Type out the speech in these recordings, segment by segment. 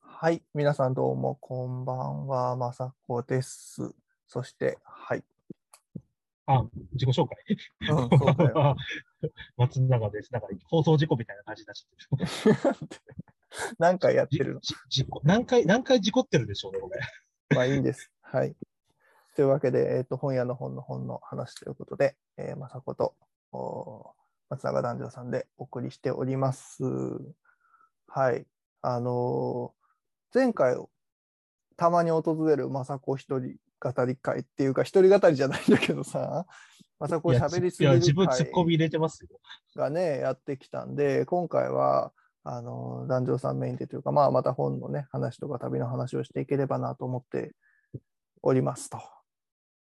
はい、皆さんどうもこんばんは、まさこです。そして、はい。 あ、自己紹介。うん、そう だよ松永です。なんか放送事故みたいな感じになっちゃってる。何回やってるの事故何回、何回事故ってるでしょうね、これ。まあいいんです。はい。というわけで、えっ、ー、と、本屋の本の本の話ということで、えー、まさこと松永男女さんでお送りしております。はい。あのー、前回、たまに訪れる雅子一人語り会っていうか、一人語りじゃないんだけどさ、雅子喋りすぎる会自分ツッコミ入れてますよ。がね、やってきたんで、今回は、あのー、男女さんメインでというか、まあ、また本のね、話とか旅の話をしていければなと思っておりますと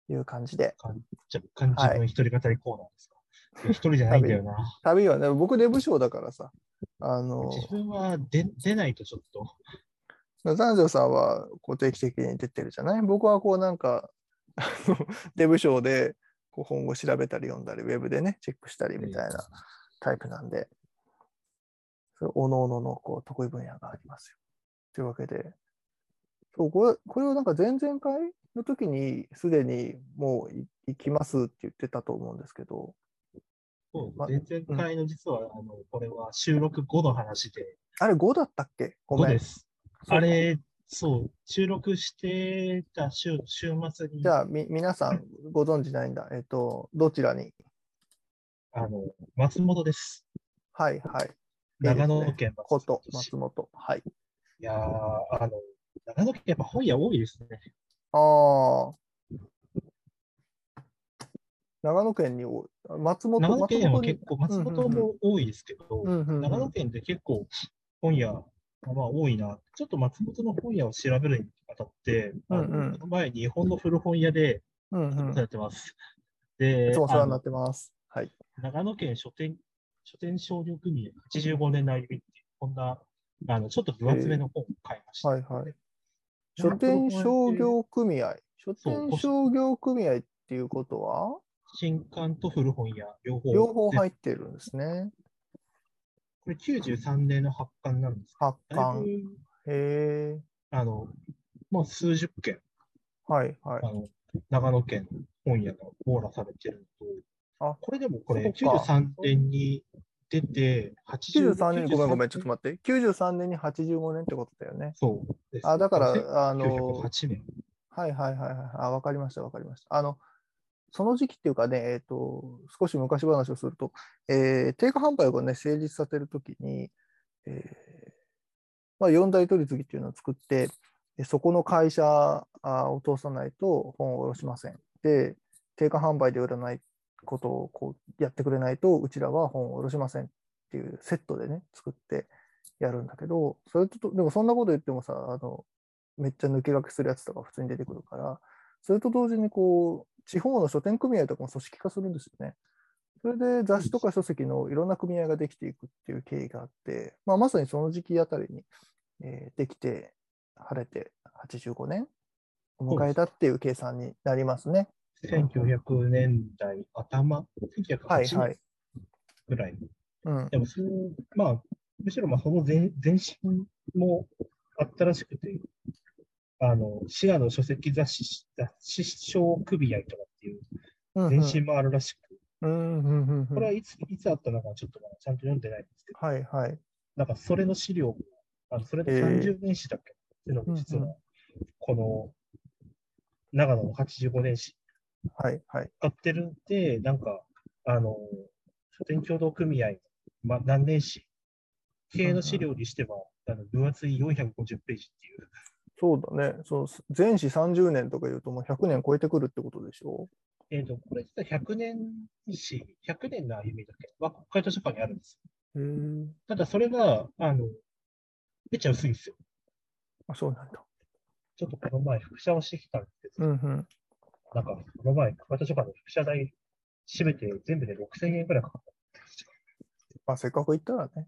いう感じで。じゃあ、感じの一人語りコーナーですか。はい、一人じゃないんだよな。旅はね、僕、デブ賞だからさ。あの自分は出出ないとちょっと。男女さんはこう定期的に出てるじゃない僕はこうなんか、デブ賞でこう本を調べたり読んだり、ウェブでね、チェックしたりみたいなタイプなんで、それ、おのおののこう得意分野がありますよ。というわけで、そうこれこれをなんか前々回の時に、すでにもう行きますって言ってたと思うんですけど、そう前々回の実は、うん、あのこれは収録後の話で。あれ5だったっけごめん。です。あれ、そう、収録してた週週末に。じゃあ、み皆さんご存知ないんだ。えっ、ー、と、どちらにあの、松本です。はいはい。長野県松本。こと松本。はい。いやー、あの、長野県やっぱ本屋多いですね。ああ。長野県に多い。松本長野県は結構、松本も多いですけど、うんうんうん、長野県って結構本屋がまあ多いな。ちょっと松本の本屋を調べるにあたって、うんうん、前に日本の古本屋で、うんうん、やってます。で、お世話になってます。はい。長野県書店、書店商業組合85年の歩みってこんな、あの、ちょっと分厚めの本を買いました。はいはい。書店商業組合。書店商業組合っていうことは新刊と古本屋、両方。両方入ってるんですね。これ93年の発刊なんです発刊。へえ。あの、まあ、数十件。はいはい。あの長野県本屋が網羅されてるのと、あこれでもこれ93年に出て、 83年、ごめんごめん、ちょっと待って、93年に85年ってことだよね。そうです。あだから、あの、 8年。はいはいはいはい。あ、わかりました、わかりました。あの、その時期っていうかね、えーと、少し昔話をすると、えー、定価販売をね、成立させるときに、えーまあ、四大取り次ぎっていうのを作って、そこの会社を通さないと本を卸しません。で、定価販売で売らないことをこうやってくれないと、うちらは本を卸しませんっていうセットでね、作ってやるんだけど、それと、でもそんなこと言ってもさ、あのめっちゃ抜け駆けするやつとか普通に出てくるから、それと同時にこう地方の書店組合とかも組織化するんですよね。それで雑誌とか書籍のいろんな組合ができていくっていう経緯があって、まあ、まさにその時期あたりに、えー、できて晴れて85年を迎えたっていう計算になりますね。 1900年代頭、1908年ぐはいはらい。い、うん、でもそれ、まあ、むしろまあその前前身もあったらしくて、あの、シェアの書籍雑誌、雑誌賞組合とかっていう前身もあるらしく、うんうんうんうん、これはいついつあったのかちょっとちゃんと読んでないんですけど、はいはい。なんかそれの資料も、あのそれの30年史だっけ、えー、っていうのが実は、この長野の85年史、はいはい。使ってるんで、なんか、あの、書店協同組合、まあ、何年史系の資料にしては、うんうん、あの分厚い450ページっていう。そうだね。そう前史30年とか言うともう100年超えてくるってことでしょえっ、ー、と、これ実は100年史、100年の歩みだけは国会図書館にあるんですよ。ただそれが、あの、めっちゃ薄いんですよ。あ、そうなんだ。ちょっとこの前、副社をしてきたんですけど、うんうん、なんか、この前、国会図書館の副社代閉めて全部で6000円くらいかかった。まあ、せっかく行ったらね。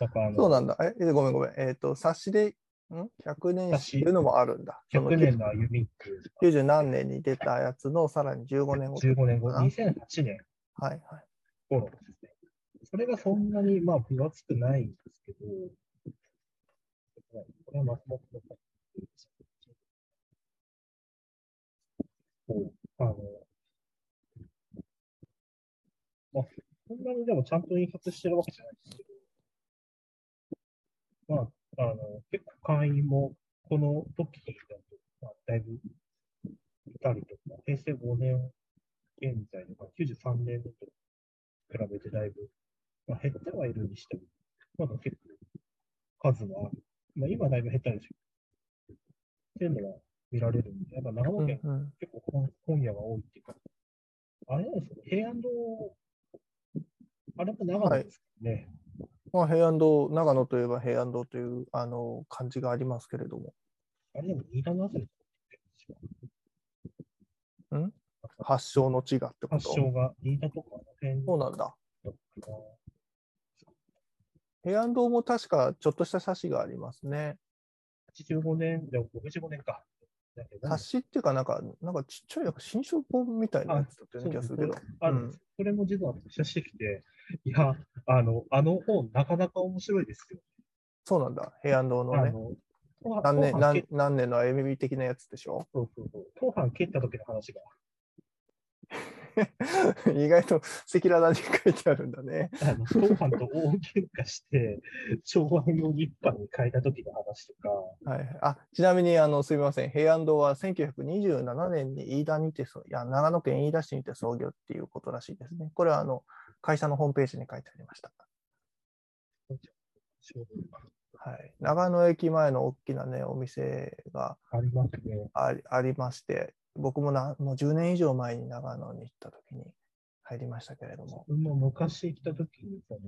なんかあのそうなんだ。え、ごめんごめん。えっ、ー、と、冊子でん ?100 年史っていうのもあるんだ。 100年の歩みっていう。 90何年に出たやつのさらに15年後。 15年後、2008年。はいはい。頃ですね。それがそんなにまあ分厚くないんですけど、がまもっとこう、あの、まあ、そんなにでもちゃんと印刷してるわけじゃないですけど、まあ、あの、結構会員もこの時だと、まあ、だいぶいたりとか、平成5年現在の、まあ、93年と比べてだいぶ、まあ、減ってはいるにしても、まだ結構数はある。まあ、今だいぶ減ったでしょうけど。っていうのは見られるんで、やっぱ長野県うんうん結構本本屋が多いっていうか、あれなんですよね、平安堂、あれも長野ですよね。まあ、平安堂、長野といえば平安堂というあの漢字がありますけれども、あれでも新潟ですよ。発祥の地がってこと。発祥が新潟とかあの辺そうなんだ。とか、平安堂も確かちょっとした冊子がありますね。 85年、でも65年か。だけど冊子っていうか、なんか、なんかちっちゃいなんか新書本みたいなやつだったような気がするけど。あるんです。それも実は私はしてきて、いや、あの、あの本、なかなか面白いですよ。そうなんだ。平安堂のあね。の、何年後半何何年の歩み的なやつでしょ そうそうそう。後半蹴った時の話が。意外と赤裸々に書いてあるんだね。あの、後半と大喧嘩して、 昭和の日版に変えた時の話とか、はいはい、あちなみにあのすみません、平安堂は1927年に飯田にてそいや長野県飯田市にて創業っていうことらしいですね。これはあの会社のホームページに書いてありました。ちょうはい、長野駅前の大きな、ね、お店がどありますね。ありありまして、僕もなもう10年以上前に長野に行った時に入りましたけれども、僕も昔来た時に、その、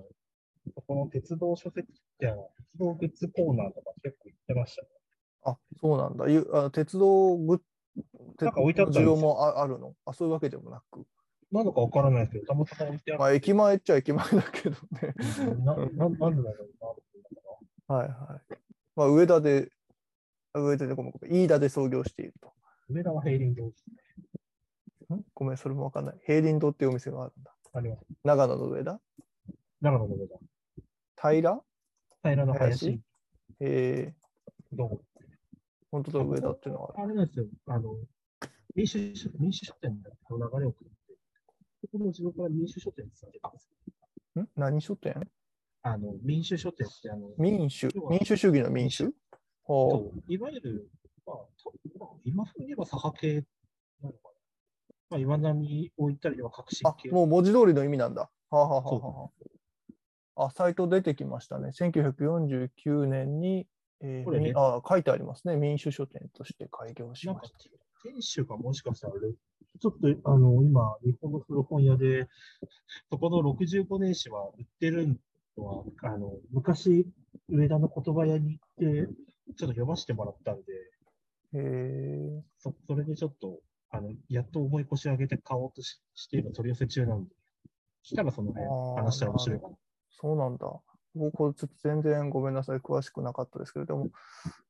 ここの鉄道書籍って、あの鉄道グッズコーナーとか結構行ってましたね。あそうなんだ、ゆあ鉄道グッ鉄なんか置いてあったんで需すよ要もああるのあそういうわけでもなく、なのかわからないですけど、たまたま置いてあまあ、駅前っちゃ駅前だけどね。な、な、なんでだろうな、っていうのかはいはい。まあ、上田で、あ上田でごめんごめん、飯田で創業していると。な。上田は平林堂ですね。んごめん、それもわかんない。平林堂っていうお店があるんだ。あります。長野の上田長野の上田。平平の林林。えー、どうも。本当だ、上田っていうのは。あれなんですよ、あの、民主書民主書店の流れを組んで、ここの自分から民主書店って言ってたんですよ。ん何書店あの、民主書店って、あの、民主。民主主義の民主ほそういわゆる、まあ、多分まあ今風に言えば左派系なのかな。まあ、岩波を言ったりは革う。新あ系、。もう文字通りの意味なんだ。はあ、はあはあはそあはあ、あ、サイト出てきましたね。1949年に、えーこれねみあ書いてありますね。民主書店として開業しなんまかした。、店主がもしかしたらあれ、ちょっと、あの、今、日本の古本屋で、そこの65年史は売ってるのは、あの、昔、上田の言葉屋に行って、ちょっと読ませてもらったんで、えー、そそれでちょっと、あの、やっと思い越し上げて買おうとしして、今取り寄せ中なんで、したらその辺あー話したら面白いかな。そうなんだ。僕はちょっと全然ごめんなさい、詳しくなかったですけれども、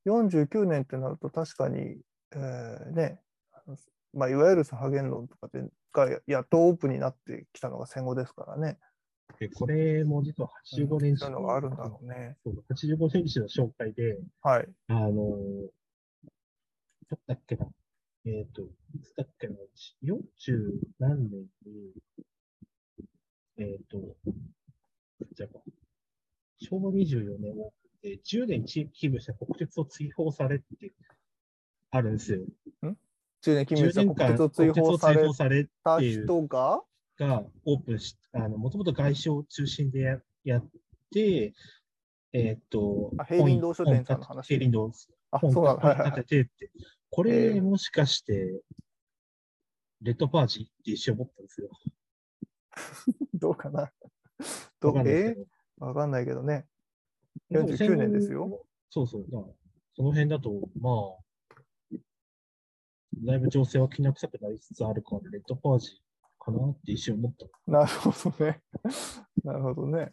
49年ってなると確かに、えーね、あのまあ、いわゆる左派言論とかでがやっとオープンになってきたのが戦後ですからね。で、これも実は85年そういうのがあるんだろうね。そう85年史の紹介で、はい。あのー、どっだっけな、えっ、と、いつだっけな、40何年に、えっ、と、じゃあ、昭和24年は、えー10年地域勤務して国鉄を追放されって、あるんですよ。中年金10日年国間鉄を追放さ国鉄を追れ放された人が、がオープンし、あの、もともと外商を中心でややって、えっ、とあ、平林堂書店さんの話平林堂ですあ、本そうなんだ。はいはいは立いててって、こええれもしかして、レッドパージって一瞬思ったんですよ。どうかな。どうわかんないですえけどーわかんないけどね。49年ですよ。そうそう。だからその辺だと、まあ、だいぶ情勢はきな臭くなりつつあるから、レッドパージかなって一瞬思っ た。なるほどね。なるほどね。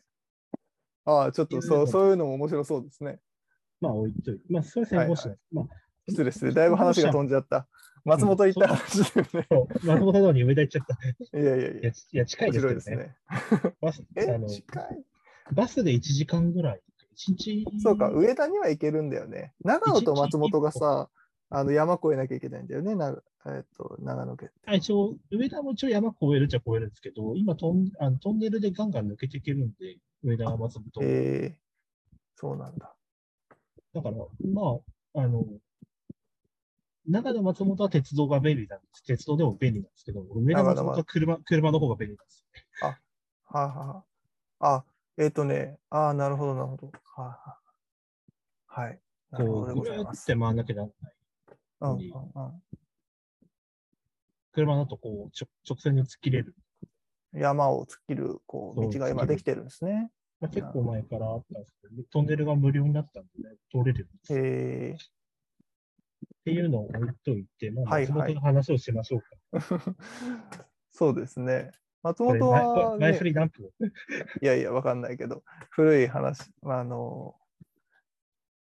ああ、ちょっとそうそういうのも面白そうですね。まあ置いといて。まあ、それ戦後史なんです。まあ、失礼失礼。だいぶ話が飛んじゃった。松本行った話だよね。 そう、松本堂に上田行っちゃった。いやいやいいや、や。ちいや近い面です白いけでどすね。ね。バスえあの、近い。バスで1時間ぐらい、1一日。そうか、上田には行けるんだよね。長野と松本がさ、あの山越えなきゃいけないんだよね、なえっと長野県。あ一応、上田も一応山越えるっちゃ越えるんですけど、今トンあの、トンネルでガンガン抜けていけるんで、上田は松本。ええそうなんだ。だから、まあ、あの、長野、松本は鉄道が便利なんです。鉄道でも便利なんですけど、上田、長野松本は車車の方が便利なんですよね。はあ、はあ、あ、えっ、とね、ああ、なるほど、なるほど。はあ、はあ、はい。なるほこどでう、ごぐざるいーますっ。て回んなきゃならない。うん、うん、にう車だとこう、ちょ直線に突っ切れる。ん。山を突っ切る、こう、道が今できてるんですね。まあ、結構前からあったんですけど、トンネルが無料になったんでね、通れるようにえっ えていうのを置いといて、まあ、はい松本の話をしましょうか。そうですね。松これ本は、前ね振、り何分いやいや、わかんないけど、古い話、まあ、あの、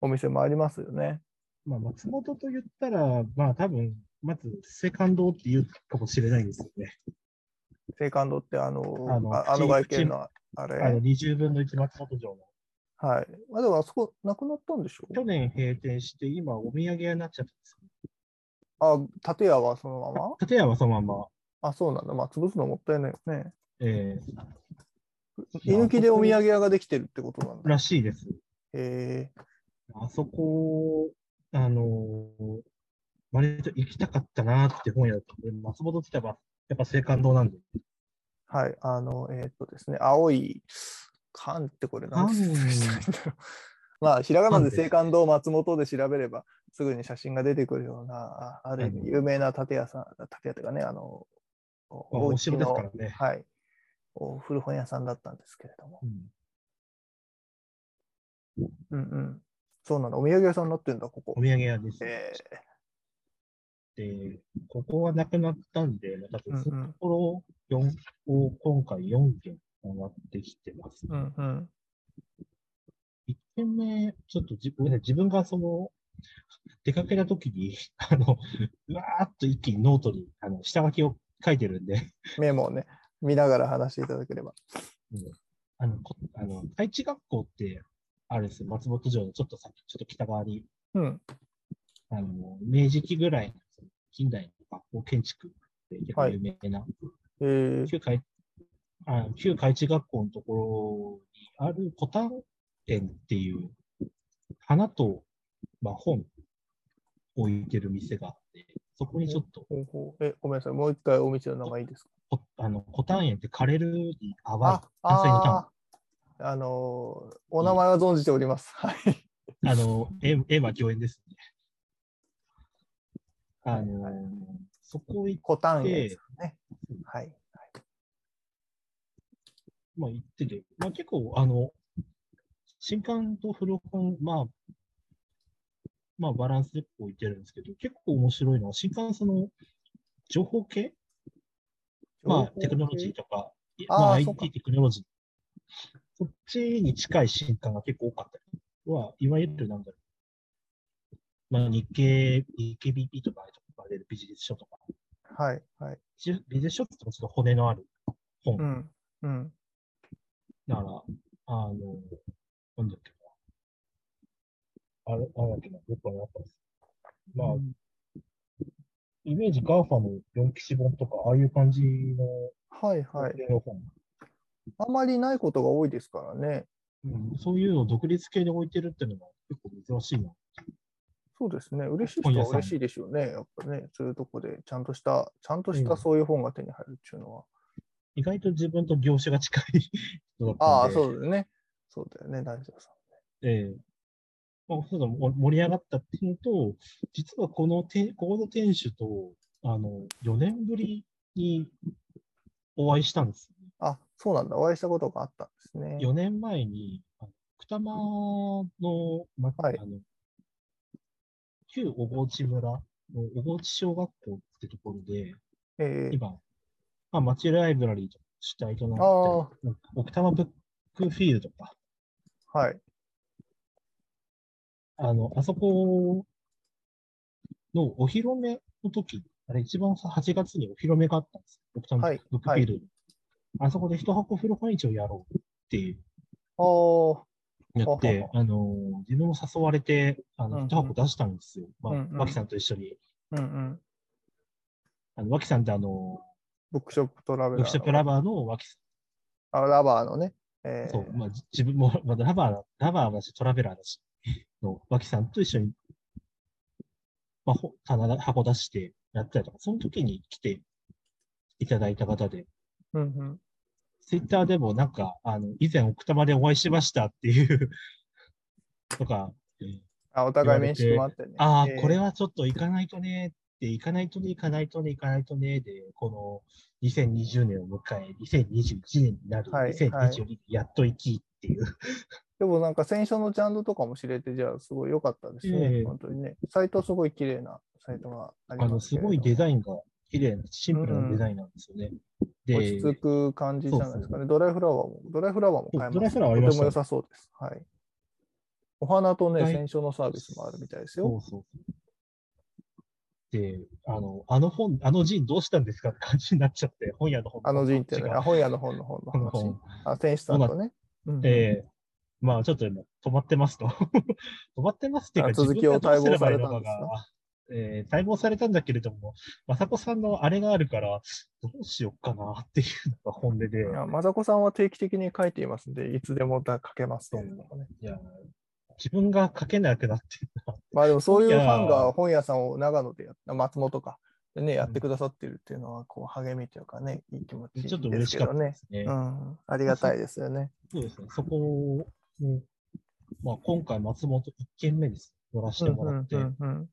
お店もありますよね。まあ、松本と言ったら、まあ、多分、まず、セカンドって言うかもしれないんですよね。青函堂って、あの、ああのあの口外見のあれ。あの、20分の1松本城の。はい。まあ、でもあそこ、なくなったんでしょ去年閉店して、今、お土産屋になっちゃったんですあ、建屋はそのままよ。建屋はそのまま、あ、そうなんだ。まあ、潰すのもったいないよね。え居抜きでお土産屋ができてるってことなんー、だ。らしいです。へえあそこ、あのー割と行きたかったなって本屋だったんで、松本来たば、やっぱ青函堂なんで。はい。あの、えーっとですね、青い缶ってこれ何て説明したらいいんだろう。 まあ、ひらがなで青函堂松本で調べれば、すぐに写真が出てくるような、あある意味有名な建屋さん、建屋っていうかね、あの、まあ、おお家城ですのか、らね。はい、お古本屋さんだったんですけれども。うんうんうん。そうなんだ。お土産屋さんになってんだ、ここお。土産屋です。えで、ここはなくなったんで、またー、うん別のとうん。ころ4を今回4件上がってきてます。うんうん。 1件目、ちょっとじごめんなさい自分がその、出かけた時に、 あの、うわーっと一気にノートに、あの、下書きを書いてるんで、 メモをね、見ながら話していただければ。あの、こあの、太一学校って、あれですよ、松本城のちょっと先、ちょっと北側に、うん。あの、明治期ぐらいの近代の学校建築で、結構はい有名な、えー、旧海あ旧海地学校のところにある古丹園っていう花と、まあ、本を置いてる店があって、そこにちょっと、ほうほうえ、ごめんなさい。もう一回お店の名前いいですかこあの古丹園って枯れるに淡いあ、、火星の丹あー、あのーお名前は存じております。はい。あの、絵絵は御園ですね。あの、はいそこ行っコタンて、ですね。はい。まあ、行ってて、まあ、結構、あの、新刊と古本、まあ、まあ、バランスで置いてるんですけど、結構面白いのは、新刊その、情報系まあ、テクノロジーとか、いまあ、あーそうか IT テクノロジー。そっちに近い新刊が結構多かったりは、いわゆるなんだろう。まあ、日経、日経 BP とか、とかでビジネス書とか、はい。はい。ビジネス書って言ってもちょっと骨のある本うん。うん。だから、あの、なんだっけな。あれ、あれだっけな、よくわかったです。まあ、イメージ GAFA の四騎士本とか、ああいう感じのはい。はい。年の本、あまりないことが多いですからね。うん。そういうのを独立系で置いてるっていうのが結構珍しいな。そうですね。嬉しい本人屋はさん嬉しいでしょうね。やっぱね、そういうとこで、ちゃんとした、ちゃんとしうたんそういう本が手に入るっていうのは。意外と自分と業種が近い人だったんで。ああ、う。そうだよね。そうだよね、大丈夫さん。ええまあ、そうだも盛り上がったっていうのと、実はこのて、ここの店主と、あの、4年ぶりにお会いしたんですよね。あ、そうなんだ。お会いしたことがあったんですね。 4年前に、あの奥多摩の、まはいあの旧小河内村の小河内小学校ってところで、ええ今、まあ、町ライブラリーと主体となあって、奥多摩ブックフィールドか、はい。あの、あそこのお披露目の時、あれ一番さ8月にお披露目があったんですよ。奥多は摩いブックフィールド。あそこで一箱風呂本市をやろうっていうああ、やっはては、あの、自分も誘われて、あうんうの、ん一箱出したんですよ。まあうんうん、脇さんと一緒に。うんうん。あの、脇さんってあの、ブックショップトラベラーロの。キショップラバーの脇さあラバーのね。えーん。そう、まあ、じ自分も、ま あ、ラバー、ラバーだし、トラベラーだし、の脇さんと一緒に、まあ、ほ棚だ、箱出してやったりとか、その時に来ていただいた方で、うんうん。ツイッターでもなんか、あの、以前奥多摩でお会いしましたっていう、とか、あお互い面識もあってね。ああ、えーこれはちょっと行かないとねって、行かないとね、行かないとね、行かないとね、で、この2020年を迎え、2021年になる、はい2022はい年、やっと行きっていう。でもなんか選書のジャンルとかも知れて、じゃあすごい良かったですね、ええ本当にね。サイトすごい綺麗なサイトがありあの、ますすけれどごいデザインが綺麗な、シンプルなデザインなんですよね。で、落ち着く感じじゃないですかね。ドライフラワーも、ドライフラワーも買えます。そうドライフラワーありまとしてたもね良さそうです。はい。お花とね、はい選書のサービスもあるみたいですそよ。うそう。で、あの、あの本、あのジンどうしたんですかって感じになっちゃって、本屋の本あの陣って違ね、うあ本屋の本の本あのの話本。。あ、選手さんとね。うんええまあちょっと今、止まってますと。 止まってますっていうあか、続きを自分がどうすればいいの待望されたんですがええ待望されたんだけれども、まさこさんのあれがあるから、どうしようかなっていうのが本音で、いやマザコさんは定期的に書いていますんで、いつでもだ書けますと思うのがね。いや、自分が書けなくなってるなってまあでもそういうフいやァンが本屋さんを長野でやっ松本か、でね、やってくださってるっていうのは、こう、励みというかね、いい気持ちちょっとで嬉すしけかっどたでね。すね。うん、ありがたいですよね。そうですね、そこを、ねまあ、今回、松本1件目です。乗らせてもらって、うんうんうんうん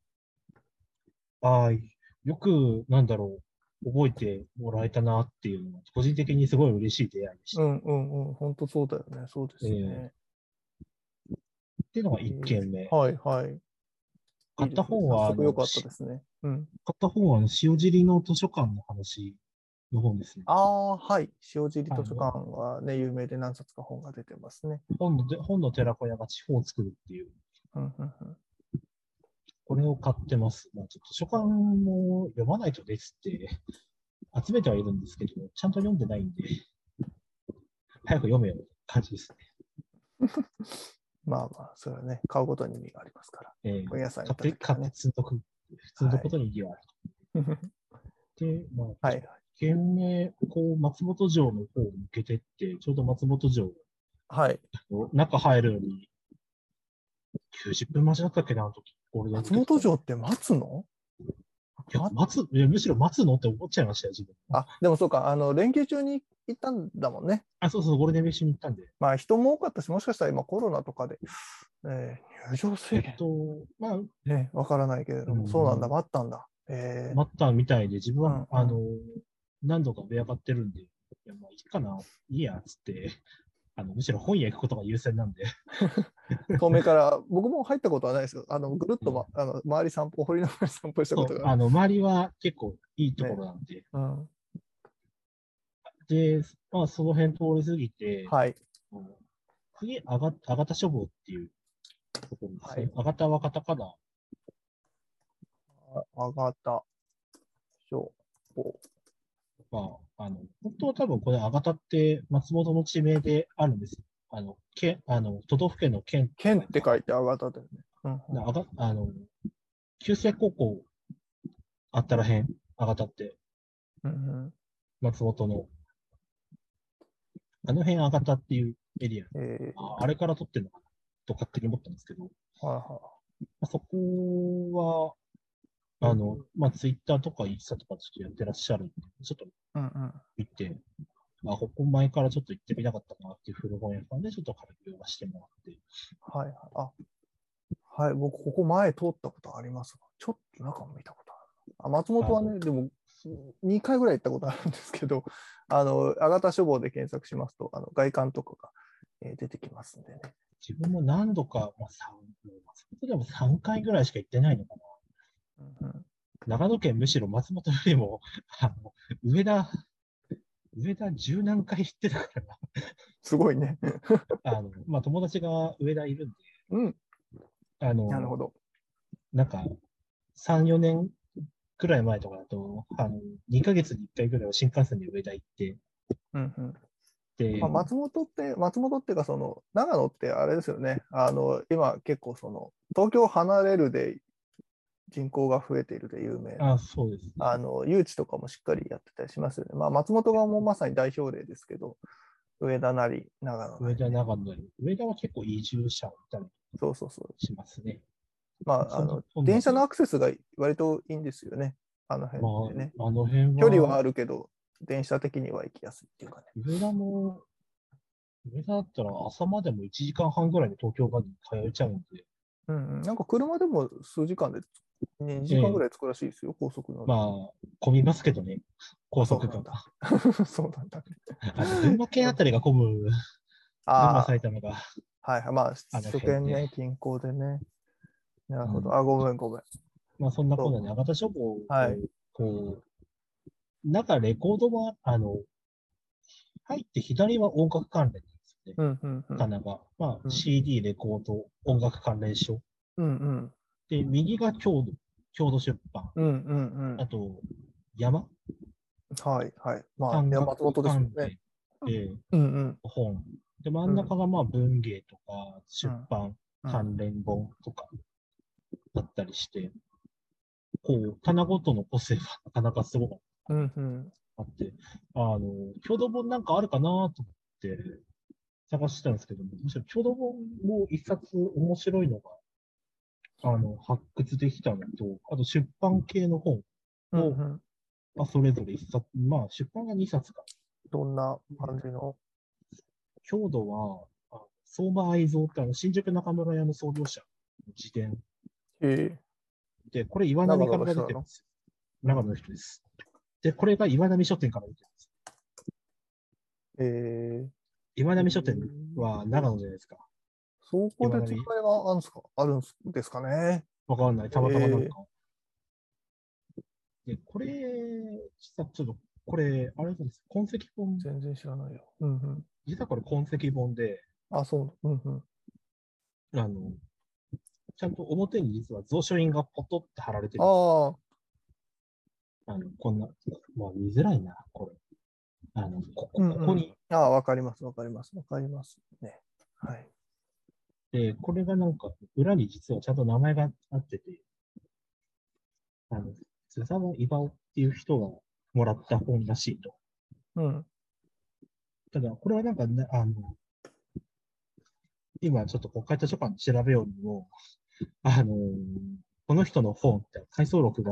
はい。よく、なんだろう、覚えてもらえたなっていうのは、個人的にすごい嬉しい出会いでした。うっんうんうん、本当そうだよね、そうですよね。ていうのが1件目。はいはい。買った本は、早あ速の良かったしで買すね。うん、った本はあの、塩尻の図書館の話の本ですね。ああ、はい。塩尻図書館はね、有名で何冊か本が出てますね。本の、本の寺子屋が地方を作るっていう。うんうんうんこれを買ってます。まあ、ちょっと図書館も読まないとですって、集めてはいるんですけど、ちゃんと読んでないんで、早く読めよって感じですまあまあ、それはね、買うことに意味がありますから。ね。えー本屋さんに行買っった時て、買はってね。積んどく、積んどくことに意義はある。で、まあ、 はいはい。懸命、こう、松本城の方を向けてって、ちょうど松本城はい。の中入るのに、90分待ちだったっけな、あの時。ゴールデンウィー松ク本城って待つのいや、待つ、いやむしろ待つのって思っちゃいましたよ、自分。あ、でもそうか、あの、連休中に行ったんだもんね。あ、そうそう、ゴールデンウィーク中に行ったんで。まあ、人も多かったし、もしかしたら今コロナとかで、えー入場制えっ限と、まあ、ね、わからないけれども、うんそうなんだ、待ったんだ。えー待ったみたいで、自分は、うんうんあの、何度か上上がってるんで、いや、まあ、いいかな、いいや、つって、あの、むしろ本屋行くことが優先なんで、遠目から、僕も入ったことはないですけど、あのぐるっと、まあの周り散歩、堀の周り散歩したことそうがあある。の、周りは結構いいところなんで、うん、で、まあ、その辺通り過ぎて、はい。あの次、あが、あがた書房っていうところですはねい。あがた若隆だ。あがた、小、おまあ、あの、本当は多分これ、あがたって松本の地名であるんですよ。あの、県、あの、都道府県の県。県って書いてあがただよね。うんであが、あの、旧制高校あったらへん、あがたって、うん松本の。あの辺、あがたっていうエリア。うんえああれから撮ってるのかなと勝手に思ったんですけど、まーはいはあ、そこは、あの、まあ、ツイッターとかインスタとかちょっとやってらっしゃるんで、ちょっというんうん見て、あ、ここ前からちょっと行ってみなかったなっていう古本屋さんで、ちょっと軽くはしてもらって、はいはい。あはい、僕、ここ前通ったことありますが、ちょっと中も見たことある。あ松本はあね、でも、2回ぐらい行ったことあるんですけど、あの、あがた書房で検索しますと、あの外観とかが、えー出てきますんでね。自分も何度か、まあ、三松本でも3回ぐらいしか行ってないのかな。うんうん長野県むしろ松本よりも、あの、上田、上田十何回行ってたからすごいね。 な。あ の、まあ、友達が上田いるんで、うん、あの、なるほど。なんか、3、4年くらい前とかだと、あの、2ヶ月に1回ぐらいは新幹線で上田行って、うんうん、て、まあ、松本って、松本っていうか、その、長野ってあれですよね。あの、今結構その、東京離れるで人口が増えているで有名な、あそうです、ね。あの、誘致とかもしっかりやってたりしますよね。まあ、松本がもうまさに代表例ですけど、上田なり、長野な上り。田、長野に。上田は結構移住者みたいなそうそうそう。しますね。まあ、あのそ、う電車のアクセスが割といいんですよね。あの辺ってね。まあ、あの辺は。距離はあるけど、電車的には行きやすいっていうかね。上田も、上田だったら朝までも1時間半ぐらいで東京まで通えちゃうんで、うんうん、なんか車でも数時間で、2時間ぐらい着くらしいですよ、高速の。まあ、混みますけどね、高速そとうなんか。そうなんだ。 あの群馬県あたりが混む、群馬、あ埼玉が。あ、はいはい。まあ、あの首都圏ね、近郊でね。なるほど。あ、ごめん、ごめん。まあ、そんなことで、長田書房、はいこう、中レコードは、あの、入って左は音楽関連なんですよね。うんうんうん。棚が。まうあ、ん CD、レコード、音楽関連書。うんうん。で、右が郷土、郷土出版。うんうんあと、山うん。はいはい。まあ、山山本ですよね。ええうんうん。本。で、真ん中がまあ文芸とか出版うん関連本とかだったりして、こう、棚ごとの個性はなかなかすごくうんうん。あって、あの、共同本なんかあるかなと思って探してたんですけども、むしろ共同本も一冊面白いのが、あの、発掘できたのと、あと出版系の本うんを、うんまあ、それぞれ一冊、まあ、出版が2冊か。どんな感じの郷土は、あ相馬愛蔵ってあの新宿中村屋の創業者の自伝えで、これ岩波から出てるんですよ。長野の人です。で、これが岩波書店から出てるんでー、す。え岩ー。波書店は長野じゃないですか。そこで違いがあるんですかあるんですかね。わかんない。たまたまなんえか。で、これ、実はちょっと、これ、あれなんです。痕跡本、全然知らないよ。うんうん。実はこれ痕跡本で、あ、そう。うんうん。あの、ちゃんと表に実は蔵書印がポトって貼られてる。ああ、あの、こんな、まあ見づらいな、これ。あの、こここうんうんこに、ああ、わかります、わかります、わかりますね。はい。で、これがなんか、裏に実はちゃんと名前があってて、あの、津沢岩尾っていう人がもらった本らしいと。うん。ただ、これはなんかね、あの、今ちょっと国会図書館調べようにも、あの、この人の本って、回想録が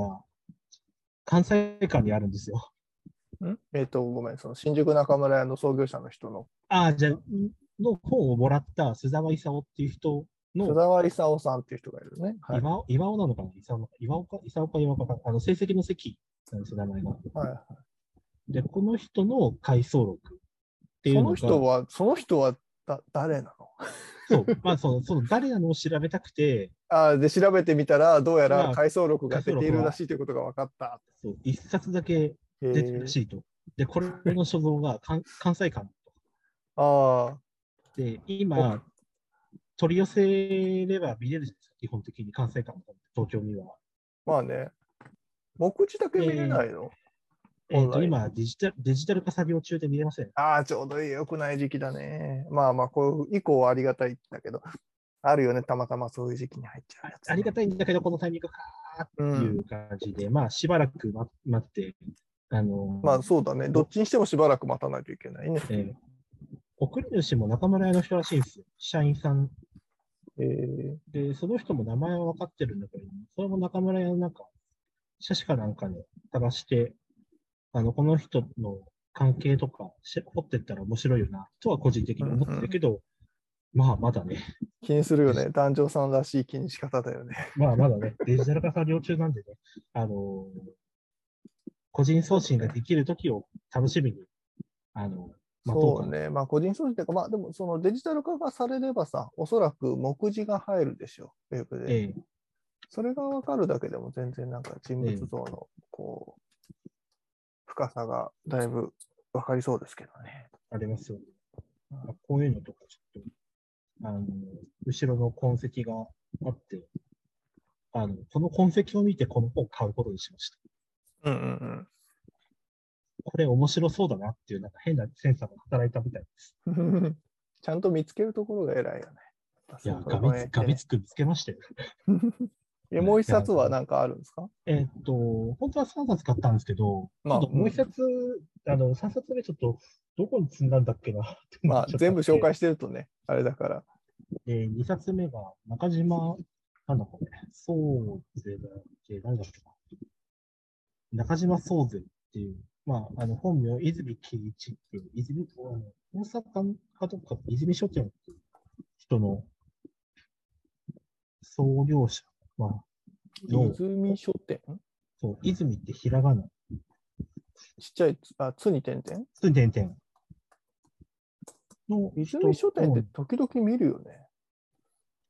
関西館にあるんですよ。んえっ、と、ごめん、その新宿中村屋の創業者の人の、ああ、じゃあの本をもらった須沢勲っていう人須の、沢勲さんっていう人がいるね。はい。岩尾岩尾なのかな勲なのか岩尾か勲か岩尾か、あの、成績の席なんですよ、名前が。はい、で、この人の回想録っていうそののが、人は、その人はだ誰なのそう、まあ、その、その誰なのを調べたくて、ああ、で、調べてみたら、どうやまらあ回想録が出て回想録いるはらしいということが分かった。そう一冊だけへ出てるらえ。しいと。で、これの所蔵が関 関西館ああ、で、今、取り寄せれば見れるじゃないですか、基本的に関西館の東京には。まあね。目次だけ見れないの、えーオンとライン今デジタル、デジタル化作業中で見れません。ああ、ちょうどいい、良くない時期だね。まあまあ、こう、以降はありがたいんだけど、あるよね、たまたまそういう時期に入っちゃあうやつ、ありがたいんだけど、このタイミングかうっていん、う感じで、まあ、しばらく待待って、あのーまあそうだね、どっちにしてもしばらく待たないといけないね。えー送り主も中村屋の人らしいんですよ。社員さんえーで、その人も名前は分かってるんだけど、それも中村屋の中、写真かなんかで、探して、あの、この人の関係とかし掘ってったら面白いよな、とは個人的に思ってるけど、まあまだね、 気にするよね、男女さんらしい気にし方だよね。まあまだね、デジタル化作業中なんでね、あのー個人送信ができる時を楽しみに、あの待とうそかうな。ね、まあ個人掃除というか、まあでもそのデジタル化がされればさ、おそらく目次が入るでしょう、ウェブで。ええそれが分かるだけでも全然なんか人物像のこう、深さがだいぶ分かりそうですけどね。ありますよね。あこういうのとか、ちょっと、あの、後ろの痕跡があって、あの、この痕跡を見て、この本を買うことにしました。うんうんうん。これ面白そうだなっていう、なんか変なセンサーが働いたみたいです。 ちゃんと見つけるところが偉いよね。いや、ガミツガミツク見つけましたよ。え、もう一冊は何かあるんですかえーっと、本当は3冊買ったんですけど、まあちょっともう一冊、あの、3冊目ちょっと、どこに積んだんだっけなってまなっあちゃっ、た全ん部で紹介してるとね、あれだから。で、2冊目が中島、なんだこれ、宗税だっけ、なんだっけな。中島宗税っていう、まあ、あの、本名、泉喜一っていう、泉、あの大阪かどっかの泉書店っていう人の創業者、まあ、の、泉書店そう、泉ってひらがな、ちっちゃいつ、あ、つに点々つんてんてん。の人泉書店って時々見るよね。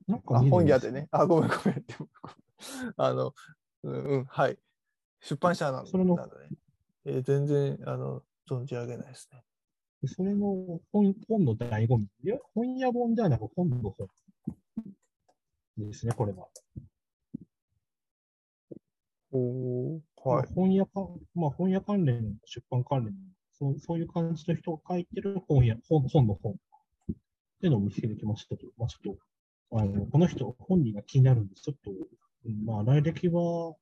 なんかあ、見る本屋でね。あ、ごめんごめん。でもごめんあの、うん、うん、はい。出版社なのそれのなんだね。えー全然、あの、存じ上げないですね。でそれの本本の醍醐味。いや本屋本ではなく本の本ですね、これは。おまあ。本屋か、まあ、本屋関連、出版関連そう、そういう感じの人が書いてる本屋、本本の本っていうのを見つけてきましたけど、まあ、ちょっと、あのこの人、本人が気になるんで、ちょっと、うんまあ、来歴は、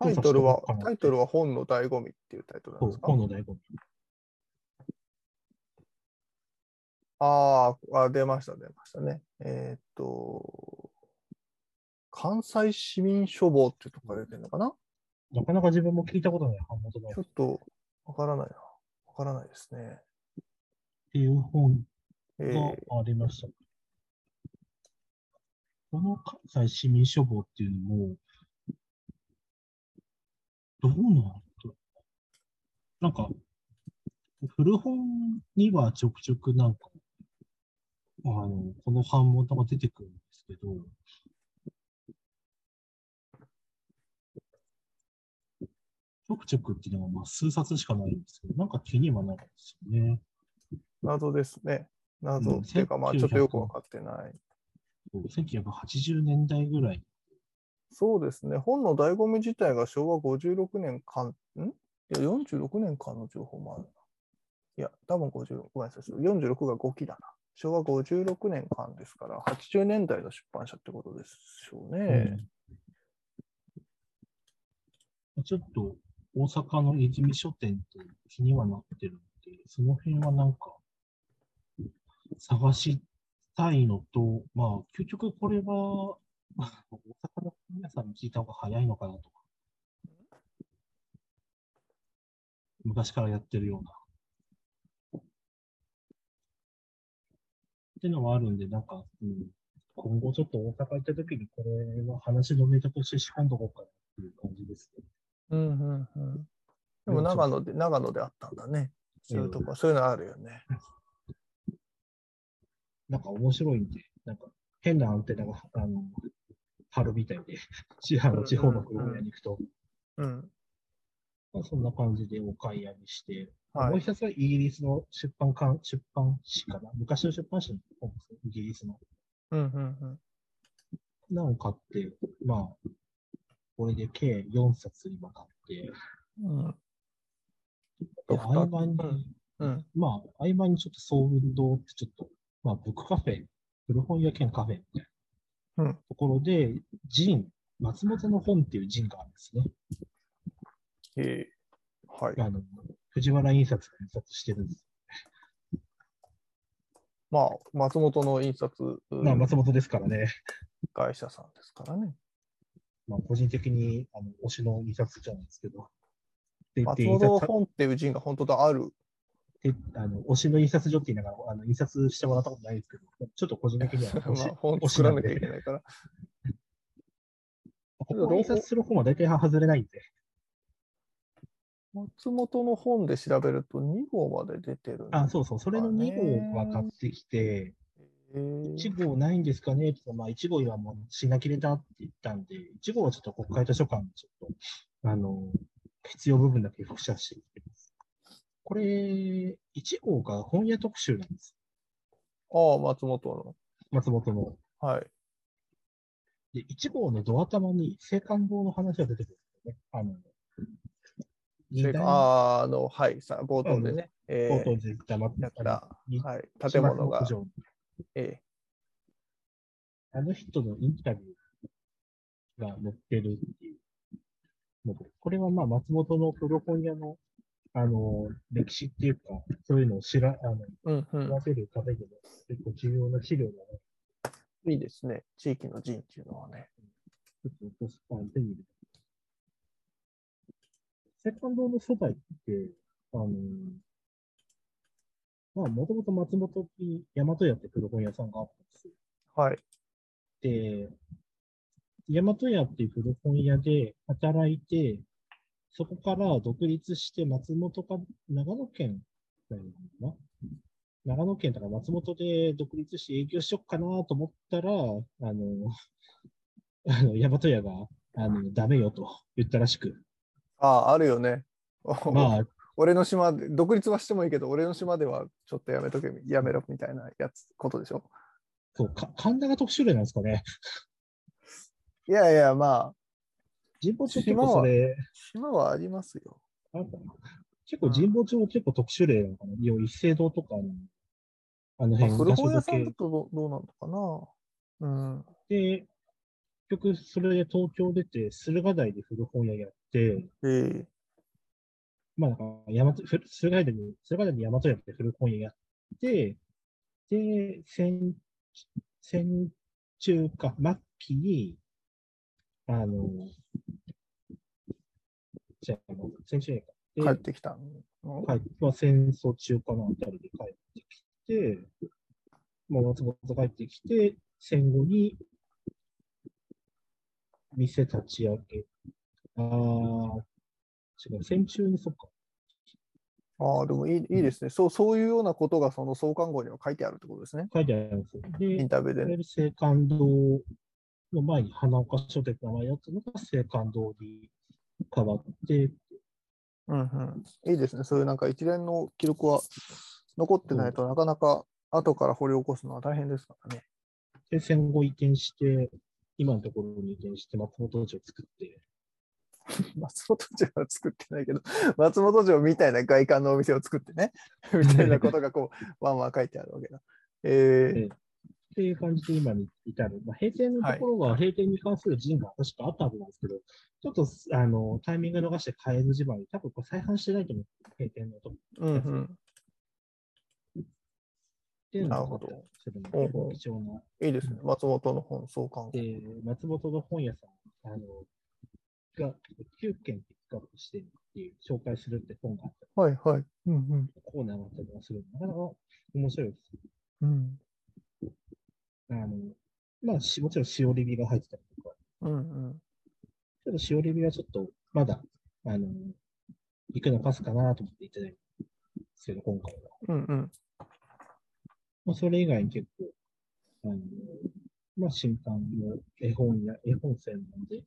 タイトルは調査してみようか、なタイトルは本の醍醐味っていうタイトルなんそでうすか本の醍醐味。あーあ、出ました、出ましたね。えーっと、関西市民書房っていうとこから出てるのかななかなか自分も聞いたことない版元だちょっとわからないな。わからないですね。っていう本えがーありました。この関西市民書房っていうのも、どうなんだろうなんか、古本にはちょくちょくなんか、あの、この版元が出てくるんですけど、ちょくちょくっていうのはまあ数冊しかないんですけど、なんか気にはなるんですよね。謎ですね。謎、うんっていうか、まあ、 1900ちょっとよくわかってない。 1980年代ぐらい。そうですね。本の醍醐味自体が昭和56年間、んいや、46年間の情報もあるな。いや、多分56、ごめんなさい。46が5期だな。昭和56年間ですから、80年代の出版社ってことでしょうね。うんちょっと大阪の泉書店と気にはなってるんで、その辺はなんか探したいのと、まあ、究極これは大阪の本屋さんに聞いた方が早いのかなとか。昔からやってるような。っていうのはあるんで、なんか、うん、今後ちょっと大阪行った時にこれは話のネタとして仕込んどこうかなっていう感じですね。うん、うん、うん。でも長野で、長野であったんだね。そういうとこ、そういうのあるよね。なんか面白いんで、なんか変なアンテナが、あの、張るみたいで、 地方の地方の古本屋に行くと、うん。まあ、そんな感じでお買い上げして、はもうい。一つはイギリスの出版館、出版誌かな昔の出版誌の本ですね、イギリスの。うん、うん、うん。なお買って、まあ、これで計4冊今買って、うんで合間に、うんまあ、合間にちょっと総運動ってちょっと、まあ、ブックカフェ、古本屋兼カフェみたいな、うんところで、ジン、松本の本っていうジンがあるんですね。えーはい。あの、藤原印刷が印刷してるんです。まあ、松本の印刷まあ、松本ですからね。会社さんですからね。まあ、個人的に、あの、推しの印刷じゃないですけど。で松で印本刷の本っていう人が本当だある。であの推しの印刷所って言いながら、あの印刷してもらったことないですけど、ちょっと個人的には まあ推し、本作らなきゃいけないから。ここを印刷する本は大体外れないんで。松本の本で調べると2号まで出てるんだあ、そうそう。それの2号は買ってきえーて、1号ないんですかねって言ったらまあ1号はもう品切れだって言ったんで、1号はちょっと国会図書館にちょっと、あの、必要部分だけ複写してきてます。これ、1号が本屋特集なんです。ああ、松本松本の。の。はい。で、1号のドア玉に、青函堂の話が出てくるんですよね。あの、それ代かあーあの、はい、さ冒頭でね、え冒ー頭で黙ってだから、にはい、建物が島、の屋上えあの人のインタビューが載ってるっていうので、これはまあ松本の古本屋の、あの、歴史っていうか、そういうのを知ら、あの、ーうんう知んらせるためにも結構重要な資料がね、いいですね、地域の人っていうのはね。ちょっと落とし込んでみる。セカンドのそば行って、あの、まあ、もともと松本に大和屋って古本屋さんがあったんですよはい、で、大和屋っていう古本屋で働いて、そこから独立して松本か、長野県なのかな長野県とか松本で独立して営業しよっかなと思ったら、あの、 あの、大和屋が、あの、ダメよと言ったらしく。ああ、あるよね。まあ、俺の島で、独立はしてもいいけど、俺の島ではちょっとやめとけ、 やめろみたいなやつ、ことでしょ。そう、か神田が特殊例なんですかね。いやいや、まあ、人望町結構それ、島はありますよ。なんか結構人望町結構特殊例なのかな。要は一斉堂とかの、あのまあ、辺古本屋さ系んだとどどうなのかな。うん。で、結局それで東京出て、駿河台で古本屋やって、えまあなんか大和、ふ駿河台に、駿河台に大和屋って古本屋やって、で、戦、戦中か末期に、あの、じゃあ、戦中やか。えで帰ってきたの。はい、まあ、戦争中かなあたりで帰ってきて、まあ、松本帰ってきて、戦後に店立ち上げ、ああ、違う、戦中にそっか、ああ、でもいいいいですねそう。そういうようなことがその創刊号には書いてあるってことですね。書いてあるんですよ。インで、タビューでね。青函堂の前に花岡書店の名前だったのが青函堂に変わって、うんうん、いいですね。そういうなんか一連の記録は残ってないとなかなか後から掘り起こすのは大変ですからね。で、戦後移転して、今のところに移転して松本城を作って、松本城は作ってないけど、 松本城みたいな外観のお店を作ってね、 みたいなことがこ う、ワンワン書いてあるわけだ。えーえっていう感じで今に至る。まあ、閉店のところは閉店に関する陣が確かあったはずなんですけど、ちょっとすあのタイミング逃して変えずじまい、多分これ再販してないと思う。閉店のとこうんうん、ろなるほど。それも結構貴重な。いいですね。松本の本創刊号。で、松本の本屋さんあのが9件ピックアップしてるっていう、紹介するって本があったりはいはい。うんうんコーナーがあったりとかするのなかなか面白いです。うんあのまあ、しもちろんしおり火が入ってたりとか、うんうんちょっとしおり火はちょっと、まだ、あの、行くのパスかなと思っていただいたんですけど、今回は。うんうんまあ、それ以外に結構、あの、まあ、新刊の絵本や、絵本専門で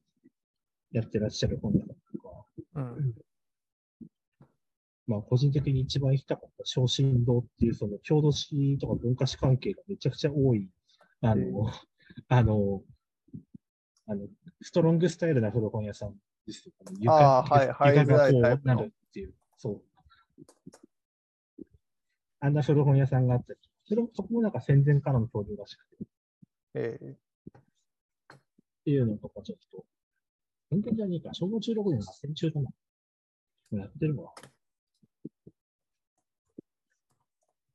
やってらっしゃる本屋さんとか、うんまあ、個人的に一番行きたかった昇進堂っていう、その、郷土史とか文化史関係がめちゃくちゃ多い、あええの、 あの、あの、ストロングスタイルな古本屋さんですよ。あーはい入床がりこづらいタイうプなのるっていう。そう。あんな古本屋さんがあったり、それもそこもなんか戦前からの交流らしくて、っえーていうのとかちょっと、戦前じゃねえか、昭和16年が戦中だな。やってるわ。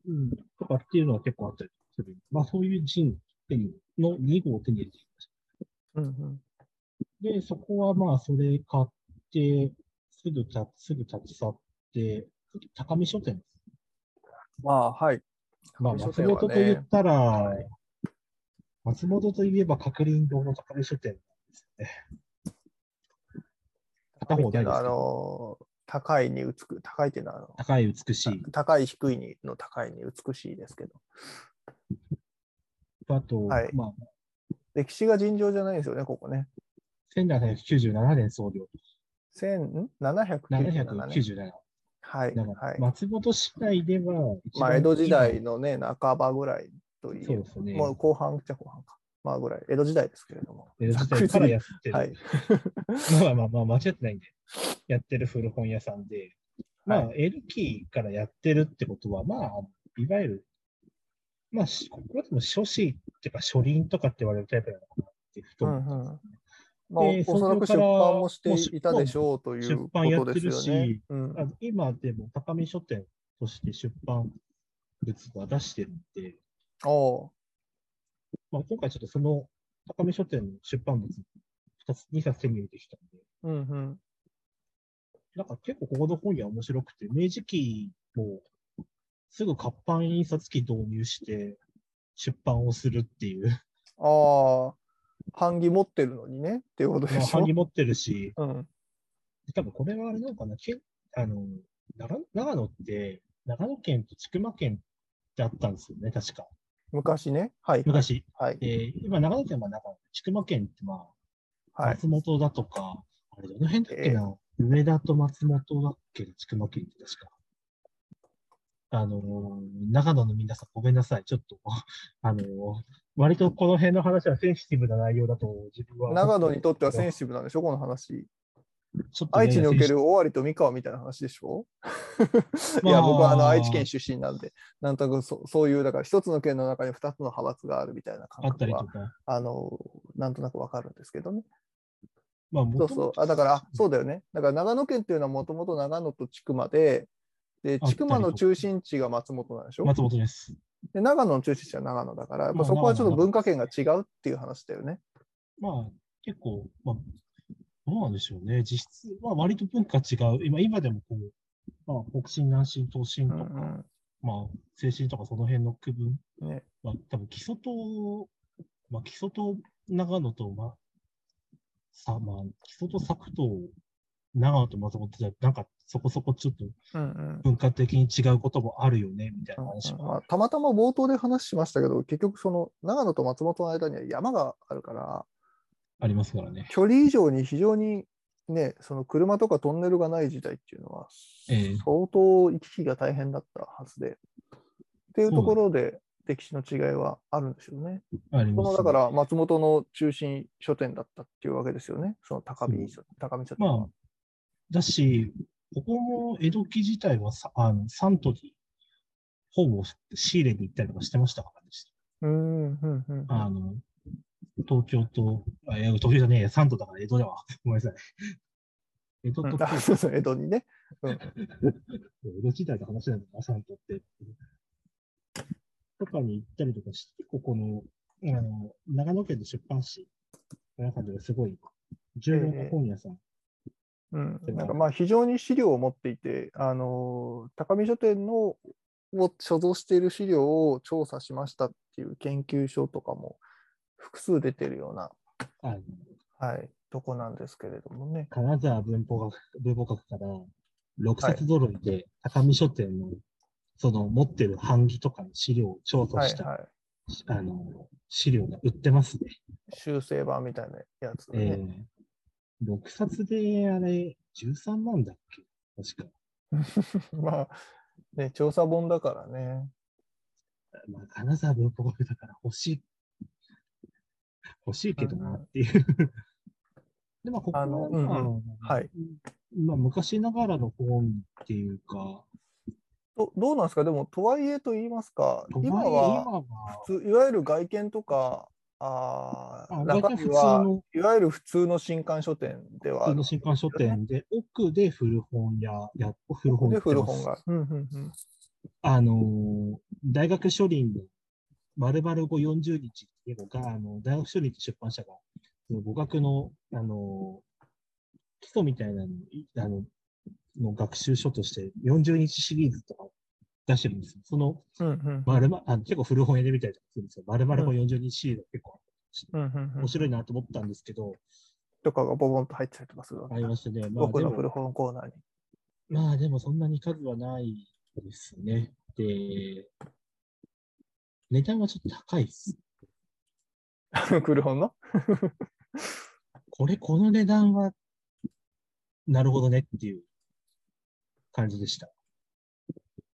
うん。とかっていうのは結構あったりする。まあそういう陣の2号を手に入れてきました。うんうんで、そこはまあ、それ買って、すぐた、すぐ立ち去って、高見書店。まあはい。まあ、高見書松店はね本と言ったら、はい松本といえば、角林堂の高見書店なんですよね。片方っていなういでのはすあかの高いに美高いっていうのはあの高い美しい。高い低いにの高いに美しいですけど、あと、はいまあ、歴史が尋常じゃないんですよね、ここね。 1797年創業。 1797年。 797年。はい。だからはい松本市内では、まあ、江戸時代。のね、半ばぐらいといそうう、ですね。もう後半っちゃ後半か。まあぐらい、江戸時代ですけれども。江戸ざっ時くり代すからるやってる。はい。 まあまあまあ、間違ってないんで。やってる古本屋さんで、まあ、L キーからやってるってことは、まあ、いわゆる、まあ、しここはでも書誌っていうか、書輪とかって言われるタイプなのかなってふとう思っんたうんですんね。まあ、でおそらくそ出こから版もしていたでしょうという出こ版やとってでるすよねし。、うんあ今でも高見書店として出版物は出してるんで、おうまあ、今回ちょっとその高見書店の出版物2つ、2冊手に入れてきたんで、うんうんなんか結構ここの本屋面白くて、明治期もすぐ活版印刷機導入して出版をするっていう、ああ、版木持ってるのにねっていうことでまあ、しょ。版に持ってるし、うん、多分これはあれなのかな、けあの長長野って、長野県と千曲県ってあったんですよね、確か。昔ね。はい。昔。はい。で、今、長野県は長野、千曲県って、まあ、はい。松本だとか、あれ、どの辺だっけえな、上田と松本だっけな、千曲県って確か。あのー長野の皆さん、ごめんなさい。ちょっと、 あのー割とこの辺の話はセンシティブな内容だと、自分は。長野にとってはセンシシティブなんでしょ、この話。ちょっとね愛知における尾張と三河みたいな話でしょ いまあや、僕はあの愛知県出身なんで、なんとなくそそういう、だから一つの県の中に二つの派閥があるみたいなあ感っ覚たりとは、か。あの、なんとなくわかるんですけどね。まあ、そう元々そう。あだから、あそうだよね。だから長野県っていうのはもともと長野と千曲で、で、あ千曲の中心地が松本なんでしょ松本です。で長野の中心地は長野だから、やっぱまあそこはちょっと長野文化圏が違うっていう話だよね。まあ、結構、まあ、どうなんでしょうね。実質は割と文化違う。今、今でもこう、まあ、北進、南進、東進うとんか、うんまあ、精神とかその辺の区分ねまあ、多分基礎と、まあ、基礎と長野と、まあ、さ、まあ、基礎と作と長野と松本じゃ、なんかそこそこちょっとうんうん文化的に違うこともあるよね、みたいな話うんうんも。まあ、たまたま冒頭で話しましたけど、結局その長野と松本の間には山があるから、ありますからね。距離以上に非常にね、その車とかトンネルがない時代っていうのは、ええ相当行き来が大変だったはずで、っていうところで歴史の違いはあるんでしょうね。ありこますのだから松本の中心書店だったっていうわけですよね、その高見書高見書店は。まあ、だし、ここも江戸期自体はさあのサントに本を仕入れに行ったりとかしてましたからね。うんうんうんうんあの、東京と、あいや、東京じゃねえや、三都だから江戸だわ。 ごめんなさい。江戸と京都、あそうそう江戸にね。江戸時代の話なんだな、三都って。とかに行ったりとかして、ここの、あの、長野県の出版誌の中ではすごい重要な本屋さん。うんで、もなんかまあ非常に資料を持っていて、あの高見書店のを所蔵している資料を調査しましたっていう研究所とかも複数出てるような、あのはい、とこなんですけれどもね。金沢文法学文法学から6冊揃いで、高見書店の、その持ってる版木とかの資料を調査はいした、はい。あの、資料が売ってますね。修正版みたいなやつでえね。え6冊で、あれ、13万だっけ確か。 まあ、ね、調査本だからね。まあ、金沢文庫学だから欲しい。欲しいけどなっていう。で、まあ、ここはあのまあうんはい。まあ、昔ながらの本っていうか、どどうなんですかでも、とはいえと言いますか、とはいえ今今はは、普通、いわゆる外見とか、あーあ中外見身普通はの、いわゆる普通の新刊書店ではあ普通るの新刊書店で、奥で古本屋、や古本で屋古本が。うんうんうんあのー大学書輪の丸々後40日っていうのが、あの大学書輪って出版社が、その語学の、あのー基礎みたいなのいあのの学習書として40日シリーズとか出してるんですよ。そのうんうん丸々、あの結構古本屋で見たりとかするんですよ。丸々後40日シリーズが結構うんうんうん面白いなと思ったんですけど、とかがボボンと入ってたりとかするわけありましたね。まあ、僕でのも古本コーナーに。まあでもそんなに数はないですね。で、値段はちょっと高いです。 古本のこれ、この値段は、なるほどねっていう感じでした。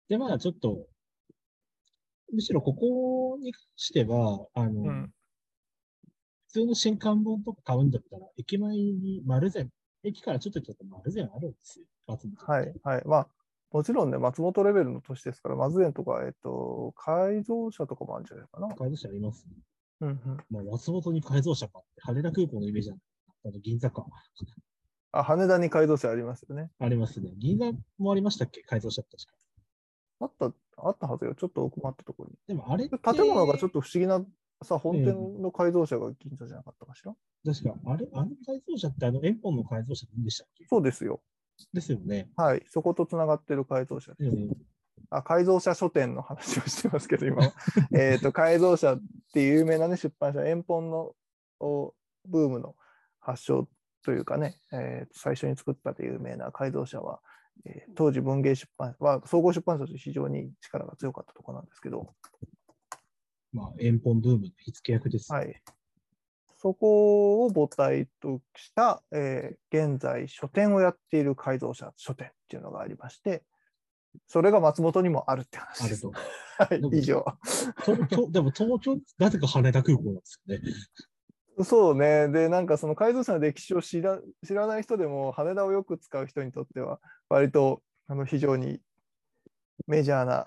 で、まあちょっと、むしろここに関しては、あの、うん普通の新刊本とか買うんだったら、駅前に丸善っ駅からちょっとちょっと丸善あるんですよ。松本。はいい、はい。まあ、もちろんね、松本レベルの都市ですから、松善とか、えっと、改造車とかもあるんじゃないかな。改造車あります、うんうん。まあ、松本に改造車かって、羽田空港のイメージなんだあの銀座か。あ、羽田に改造車ありますよね。ありますね。銀座もありましたっけ改造車って確か。あった、あったはずよ。ちょっと奥まったところに。でもあれって建物がちょっと不思議な、さ、本店の改造車が銀座じゃなかったかしら、確か、あれ、あの改造車ってあの円本の改造車でいいんでしたっけそうですよ。ですよね。はい。そことつながってる改造車。ええあ、改造車書店の話をしてますけど、 今は。えっと、改造車っていう有名なね、出版社、円本のおブームの発祥というかね、えー最初に作ったという有名な改造車は、えー当時文芸出版は、総合出版社として非常に力が強かったところなんですけど、まあ、円本ブームの火付け役です。はい。そこを母体とした、えー現在書店をやっている改造者書店っていうのがありまして、それが松本にもあるって話あでるす。と。はい、以上。ととでも東京、なぜか羽田空港なんですよね。そうね。で、なんかその改造車の歴史を知ら知らない人でも、羽田をよく使う人にとっては、割とあの非常にメジャー な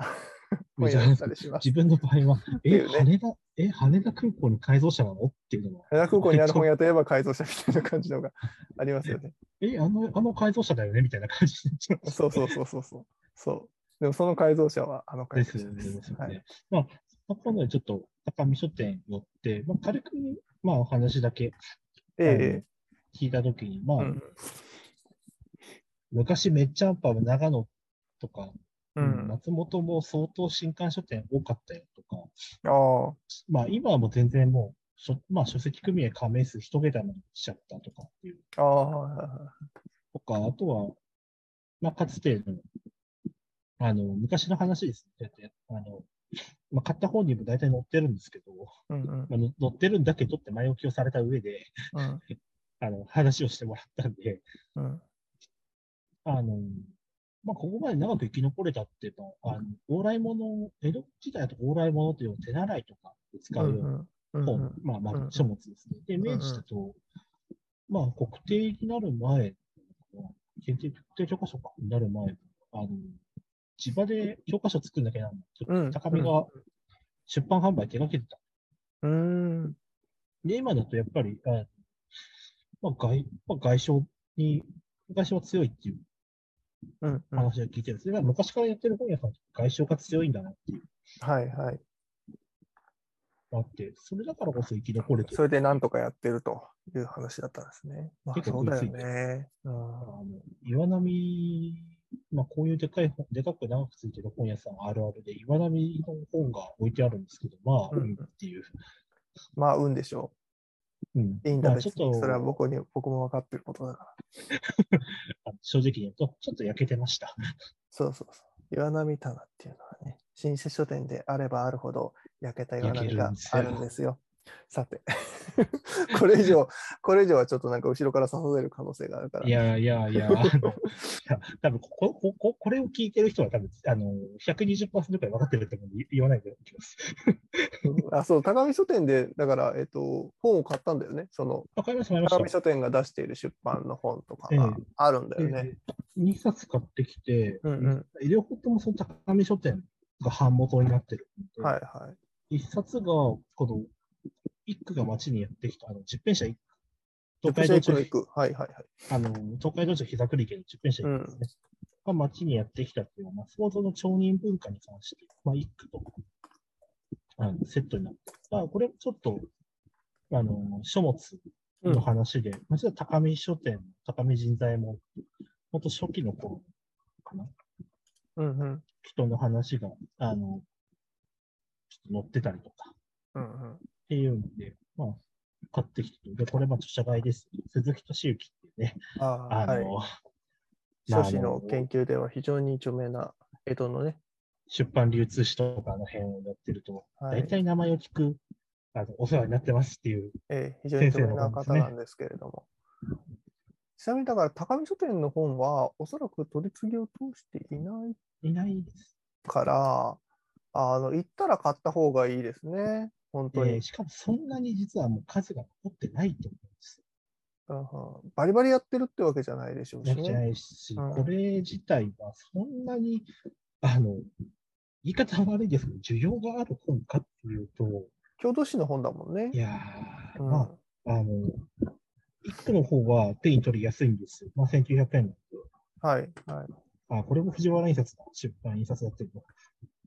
分野だったりします。自分の場合は、いえ、うね羽田、え、羽田空港に改造車なのっていうのは、羽田空港にある本屋といえば改造車みたいな感じのがあります よね。え、あの、あの改造車だよねみたいな感じになっちゃいますそうそうそうそうそう。そう。でもその改造車はあの改です造車よでね。す。ですよはい。ねまあ、そこでちょっと高見書店寄って、まあ、軽く、まあ、お話だけええ聞いたときに、まあ、うん昔めっちゃアンパンは長野とか、うん。あ松本も相当新刊書店多かったよとか、あ、まあ、今はもう全然もう、書まあ、書籍組合加盟数一桁になっちゃったとかっていう、ああ、はいはいはいとか、あとは、まあ、かつての、あの、昔の話ですね。だってあの、まあ、買った本にも大体載ってるんですけど、うんうんまあ、の載ってるんだけどって前置きをされた上で、うんあの、話をしてもらったんで、うんあの、まあ、ここまで長く生き残れたっていうのは、あの、往来物、江戸時代だと往来物っていうのを手習いとかで使うようなうんう本、んまあまうんうあん書物ですね。で、んうん明治だと、まあ国定になる前、検定定教科書かになる前、あの、地場で教科書作んなきゃならうなんい。高見が出版販売手掛けてた。うん。うんで、今だとやっぱり、あまあ外、まあ外商に、外商は強いっていううんうん。話を聞いてるんですね。昔からやってる本屋さんって外商が強いんだなっていうはいはい。のがあって、それだからこそ生き残れてるそれでなんとかやってるという話だったんですね。まあ結そ構うだよ食いついね。うんあの岩波、まあ、こういうでかい本、でかく長くついてる本屋さんあるあるで、岩波の本が置いてあるんですけど、まあ、うんうんっていう。まあ運でしょうんう。いいんだまあ、別ちょっにそれはと、僕に僕も分かってることだから。あの正直に言うと、ちょっと焼けてま した。そうそうそう。岩波棚っていうのはね、新設書店であればあるほど焼けた岩波があるんです よ。さて、 これ以上、これ以上はちょっとなんか後ろから誘える可能性があるから。いやいや いや、あの、いや多分ここここ、これを聞いてる人は多分、あの、120%くらい分かってると思うんで言わないでおきます。 あ、そう、高見書店で、だから、えっと、本を買ったんだよね。その、わかりました、わか高り見ました。書店が出している出版の本とかがえあるんだよね。 2冊買ってきて、うんうん両方ともその高見書店が版元になってるんで。はいはい。一冊が、この、一区が街にやってきた、あの、十編社一区。東海東道海道中、行く。はいはいはい。あの、東海道中膝栗家の十編社一区ですね。が街にやってきたっていうのは、松本の町人文化に関して、まあ、一区と、あの、セットになってる。まあ、これちょっと、あの、書物の話で、まあ、実は高見書店、高見人材も、ほんと初期の頃かな、うんうん。人の話が、あの、ちょっと載ってたりとか、うんうん。っていうので、まあ、買ってきて、で、これまあ著者買いです。鈴木敏之っていうね、あああ、はい。の、まあ書誌あのの研究では非常に著名な江戸のね。出版流通誌とかあの辺をやってると、は大い体名前を聞く、あの、お世話になってますっていう、ええ非常に著名な先生方の本ですねなんですけれども。ちなみにだから高見書店の本はおそらく取り次ぎを通していないいないです。から、あの行ったら買った方がいいですね、本当に。で、しかもそんなに実はもう数が残ってないと思うんです。あはバリバリやってるってわけじゃないでしょうしじゃなね。いし、うんこれ自体はそんなに、あの、言い方は悪いですけど、需要がある本かっていうと、郷土史の本だもんねい。やー、うんまあ、あの、1個の方は手に取りやすいんですよ。まあ、1900円なんで。はい。はい。あ、これも藤原印刷の出版印刷やってるの。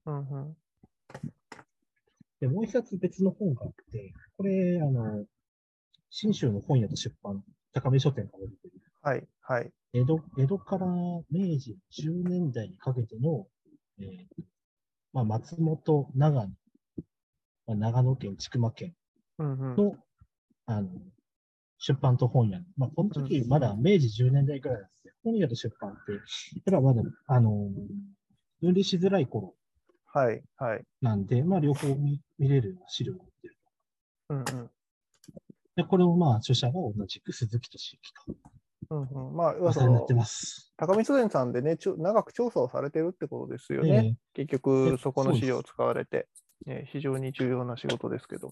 うんうん。で、もう一冊別の本があって、これ、あの、信州の本屋と出版、高め書店から出てる。はい。はい。江戸、江戸から明治10年代にかけての、えーまあ、松本、長野、まあ、長野県、千曲県うんうん。の、あの、出版と本屋。まあ、この時、まだ明治10年代くらいなんですよ。本屋と出版って、ただまだ、あの、分離しづらい頃はい。はい。なんで、まあ、両方見見れる資料になってる。うんうん。で、これをまあ、著者が同じく鈴木敏之うと、んうん、まあ、要おは世そ話になのってます。高見書店さんでね、ちょ長く調査をされてるってことですよね。え結え局、そこのそうです資料を使われて、ね、非常に重要な仕事ですけど。ー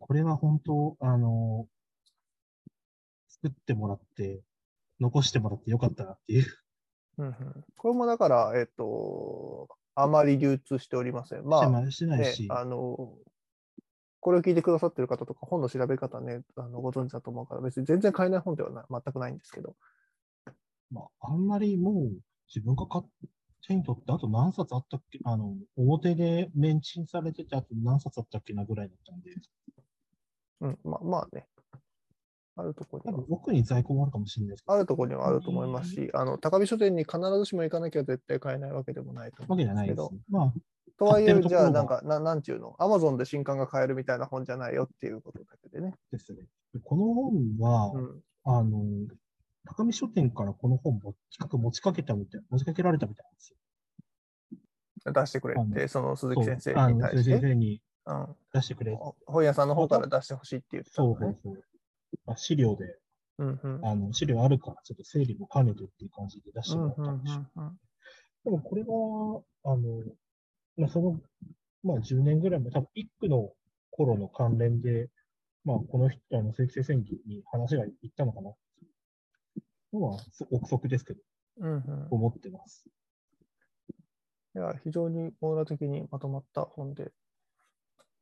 これは本当、あの作ってもらって、残してもらってよかったなっていう。うんうん、これもだから、えっと、あまり流通しておりません。ましてあ、ないしてないねし、、あの、これを聞いてくださってる方とか、本の調べ方ね、あのご存知だと思うから、別に全然買えない本ではな全くないんですけど。まあ、あんまりもう自分が買手に取って、あと何冊あったっけ、あの、表でメンチンされてて、あと何冊あったっけなぐらいだったんで、うん、まあまあね。あるとこ多には分。奥に在庫もあるかもしれないですけど、あるとこにはあると思いますし、あの、高火書店に必ずしも行かなきゃ絶対買えないわけでもないと思うわんけでじゃすないけでど。すね。まあ、とはい買っえて、るとじころゃはあ、なんか、ななんちゅうの、アマゾンで新刊が買えるみたいな本じゃないよっていうことだけでね。ですね。でこの本は、うん。あの、高見書店からこの本も企画持ちかけたみたい、持ちかけられたみたいなんですよ。出してくれっあて、その鈴木先生そうあにの対し先て。生にうん。出してくれ。ほ本屋さんの方から出してほしいって言ってたそのうそうね。そう。あ資料で、うんうん。あの資料あるから、ちょっと整理も兼ねてっていう感じで出してうんもうらったんんでしょう。うんうんでもこれが、あの、まあ、その、まあ、10年ぐらいも、多分一区の頃の関連で、まあ、この人、あの、正規性宣言に話がいったのかな。のは、そ憶測ですけど、うんうん思ってます。いや、非常に網羅的にまとまった本で。っ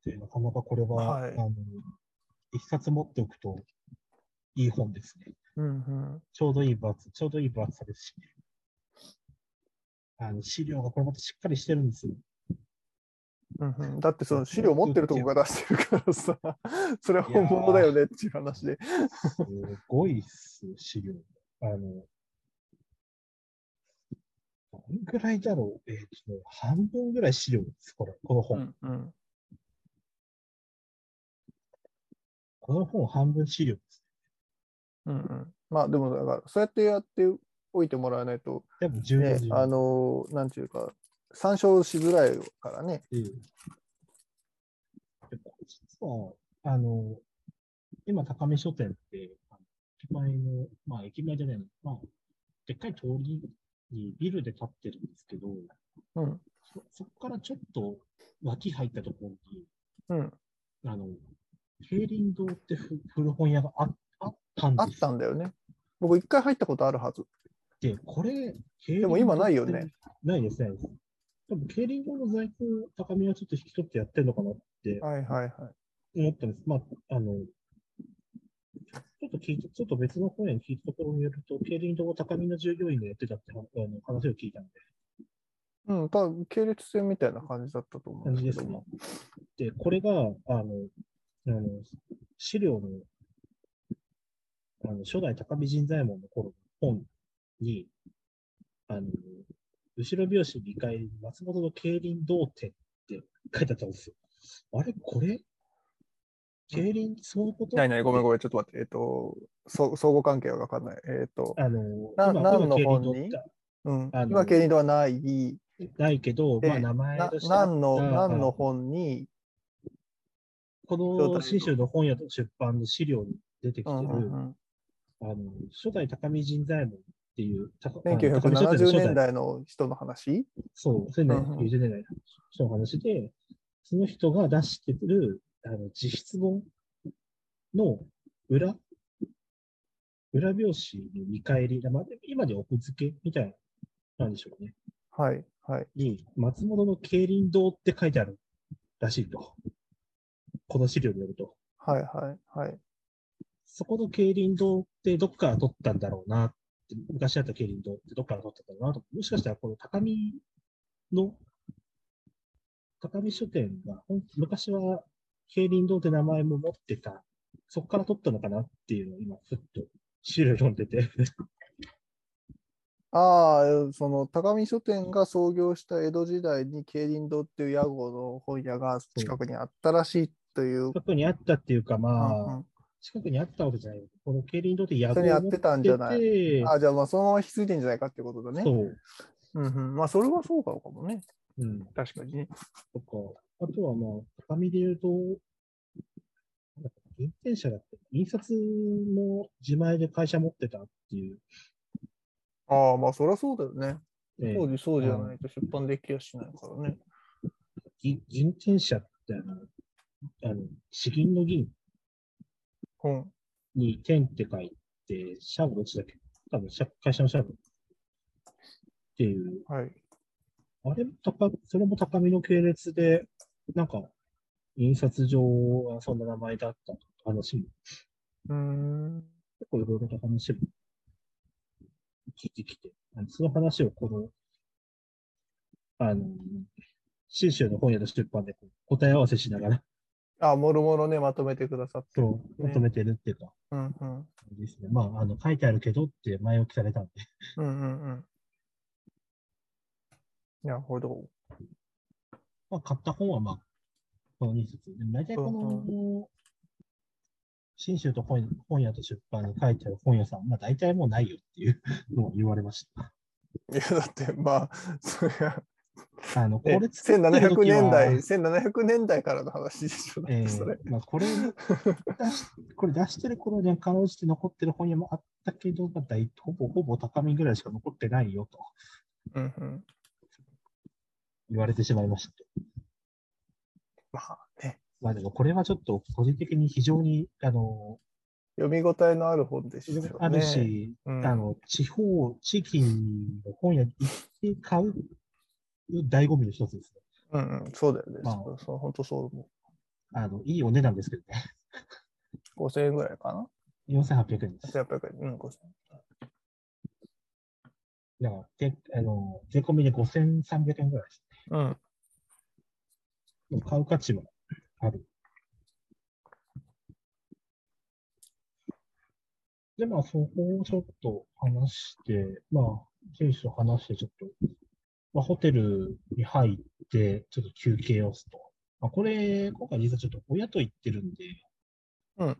ていうなかなかこれは、はいあの一冊持っておくといい本ですね。うんうん。ちょうどいい分厚ちょうどいい分厚さですし、あの資料がこれまたしっかりしてるんですよ。うんうん、だってその資料持ってるとこが出してるからさ、それは本物だよねっていう話で。すごいっすよ、資料。あの、どんぐらいだろうえっ、とね、半分ぐらい資料です、これ、この本。うんこの本半分資料です。うんうんまあでもだから、そうやってやっておいてもらわないと、多分10ね年、あの、なんていうか、参照しづらいからね。ええでこれ実は、あの、今、高見書店って、あの駅前の、まあ、駅前じゃないの、まあ、でっかい通りにビルで建ってるんですけど、うん。そそこからちょっと脇入ったところに、うん。あの、競輪堂ってふ古本屋がああったんあでっすたんだよね。僕、一回入ったことあるはず。で、これ、でも今ないよね。ないです、ないです。多分、競輪堂の在庫を高見はちょっと引き取ってやってるのかなってはいはいはい。思ったんです。まあ、あの、ちょっと聞いて、ちょっと別の本屋に聞いたところによると、競輪堂を高見の従業員がやってたってはあの話を聞いたんで、うん、ただ系列線みたいな感じだったと思う感んじでですすけどねも。。で、これが、あの、あの資料の、あの初代高見人左衛門の頃の本に、あの、後ろ表紙2階に松本の競輪同店って書いてあったんですよ。あれこれ競輪、そういうことないない、ごめんごめん、ちょっと待って。えっと、そ相互関係は分かんない。えっと、あの、な今何の今競輪堂本にってうんあの、今、経理ではない、ないけど、でまあ名前なとしてあった何の何の本に、この信州の本屋と出版の資料に出てきてうる、んうんうん、あの初代高見人左衛門っていう、たあの高見書店の1970初代年代の人の話そう、1990年代の人の話で、その人が出してるあの自筆本の裏裏表紙の見返り、まあ、今で奥付けみたいな、なんでしょうね。はい、はい。に、松本の競輪堂って書いてあるらしいと。この資料によると。はい、はい、はい。そこの競輪堂ってどっから取ったんだろうなって、昔あった競輪堂ってどっから取ったんだろうなと。もしかしたらこの高見の、高見書店が、ほん昔は競輪堂って名前も持ってた、そこから取ったのかなっていうのを今、ふっと資料読ん でて。ああ、その高見書店が創業した江戸時代に競輪堂っていう屋号の本屋が近くにあったらしいという。近くにあったっていうか、うまあ、んうん近くにあったわけじゃない。この競輪堂って野それやってたんじゃないいあじゃあまあそのまま引き継いでんじゃないかっていうことだそね。う。うんうん、まあそれはそうかもかもね。うん。確かにね。とか、あとはまあ、高見で言うと、なんだっけ原点者だって、印刷の自前で会社持ってたっていう。ああまあそりゃそうだよね。ええ当時そうじゃないと出版できやしないからね。ぎ銀天社ってあの、あの、詩銀の銀うん。に天って書いて、シャブどっちだっけ多分社、会社のシャブっていう。はい。あれも高、それも高見の系列で、なんか、印刷上はそんな名前だったと話も、うーん。結構いろいろな話も聞いてきて、あのその話をこの、あの、信州の本屋の出版でこう答え合わせしながら、あ、もろもろね、まとめてくださって。そう、まとめてるっていうか、うんうん。ですね。まあ、あの、書いてあるけどって前置きされたんで。うんうんうん。なるほど。まあ、買った本はまあ、この2冊。でも大体この、新州と本本屋と出版に書いてある本屋さん、まあ大体もうないよっていうのを言われました。いや、だって、まあ、そりゃ、あの、こえれ作ってる1700時は年代、1700年代からの話でしょ、だってええそれ。まあこれ、出し これ出してる頃にはかろうじて残ってる本屋もあったけど、まあ大ほぼほぼ高見ぐらいしか残ってないよとうんうん。言われてしまいました。まあね、まあでもこれはちょっと個人的に非常に、あの、読み応えのある本でしたよね。あるし、うん、あの、地方、地域の本屋に行って買う醍醐味の一つですね。うんうん、そうだよね。まあそうそう本当そう思あの、いいお値段ですけどね。う。5000円ぐらいかな4800円です。だ ?800 円。うん、5000円。から、であの税込みで5300円ぐらいです。うん。でも買う価値はある。で、まあ、そこをちょっと話して、まあ、選手と話して、ちょっと、まあ、ホテルに入って、ちょっと休憩をすると。まあ、これ、今回実はちょっと親と行ってるんで、うん。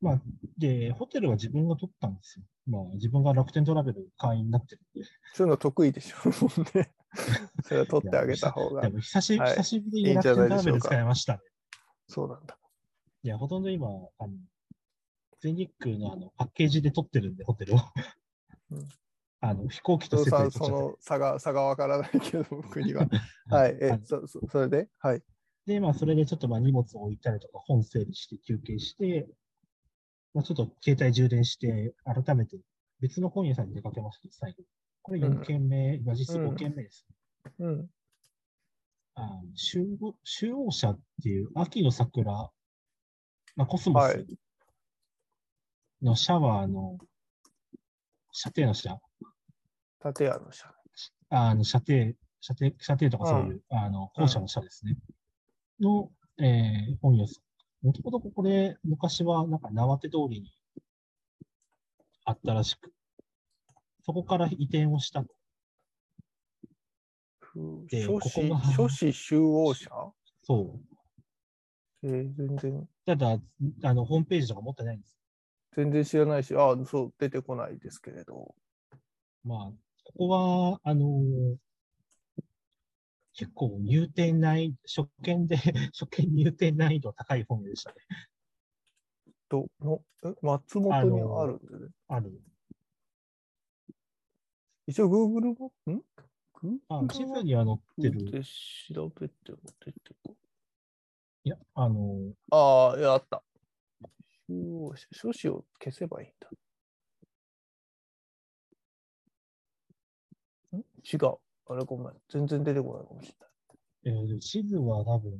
まあ、で、ホテルは自分が取ったんですよ。まあ、自分が楽天トラベル会員になってるんで。そういうの得意でしょ、 もうね。それは取ってあげた方がで。も久し、はい久しぶりいにいんじ楽ゃないで天トラしベょうルか使いましたね。そうなんだ。いや、ほとんど今、あの、全日空のあのパッケージで撮ってるんで、ホテルをうん。あの、飛行機と伊セ藤ットさん、そで撮っちゃっの差が差がわからないけど、僕に は。て。はい、えあ、そそそれではい。で、まあ、それでちょっとまあ荷物を置いたりとか、本整理して休憩して、まあ、ちょっと携帯充電して、改めて別の本屋さんに出かけました、最後。これ4軒目、まあ実質5軒目です。うん。あの集合集合者っていう秋の桜、まあ、コスモはスいのシャワーの、射程の下、立屋の社。あの射程、射程、射程とかそういう、あの、校舎の社ですね。の、えー本屋さん。もともとこれ、昔はなんか縄手通りにあったらしく、そこから移転をしたと。で書ここ士が、書士集合者そう。えー全然、ただ、あの、ホームページとか持ってないんです。全然知らないし、ああ、そう、出てこないですけれど。まあ、ここは、あのー結構入店難易初見で、 初見入店難易度高い本でしたね。どのえ松本にはあるんでね。ある。一応 Google も、んあ Google 地図には載ってる。で調べても出てこいや、あのーああ、いや、あった。中央者書士を消せばいいんだ。ん違う。あれごめん。全然出てこないかもしれない。えー、でも地図は多分、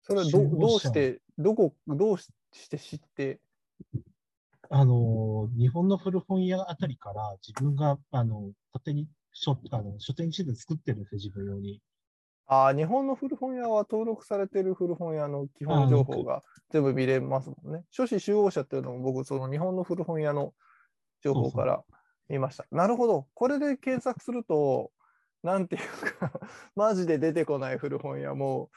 それは集ど合どうしたして、どこ、どうしして知って、あのー、日本の古本屋あたりから自分が、あの、勝手に書あの書店地図作ってるんですよ、自分用に。ああ、日本の古本屋は登録されてる古本屋の基本情報が全部見れますもんね。書誌集合者っていうのも僕、その日本の古本屋の情報から見ました。なるほど。これで検索すると、なんていうか、 マジで出てこない古本屋も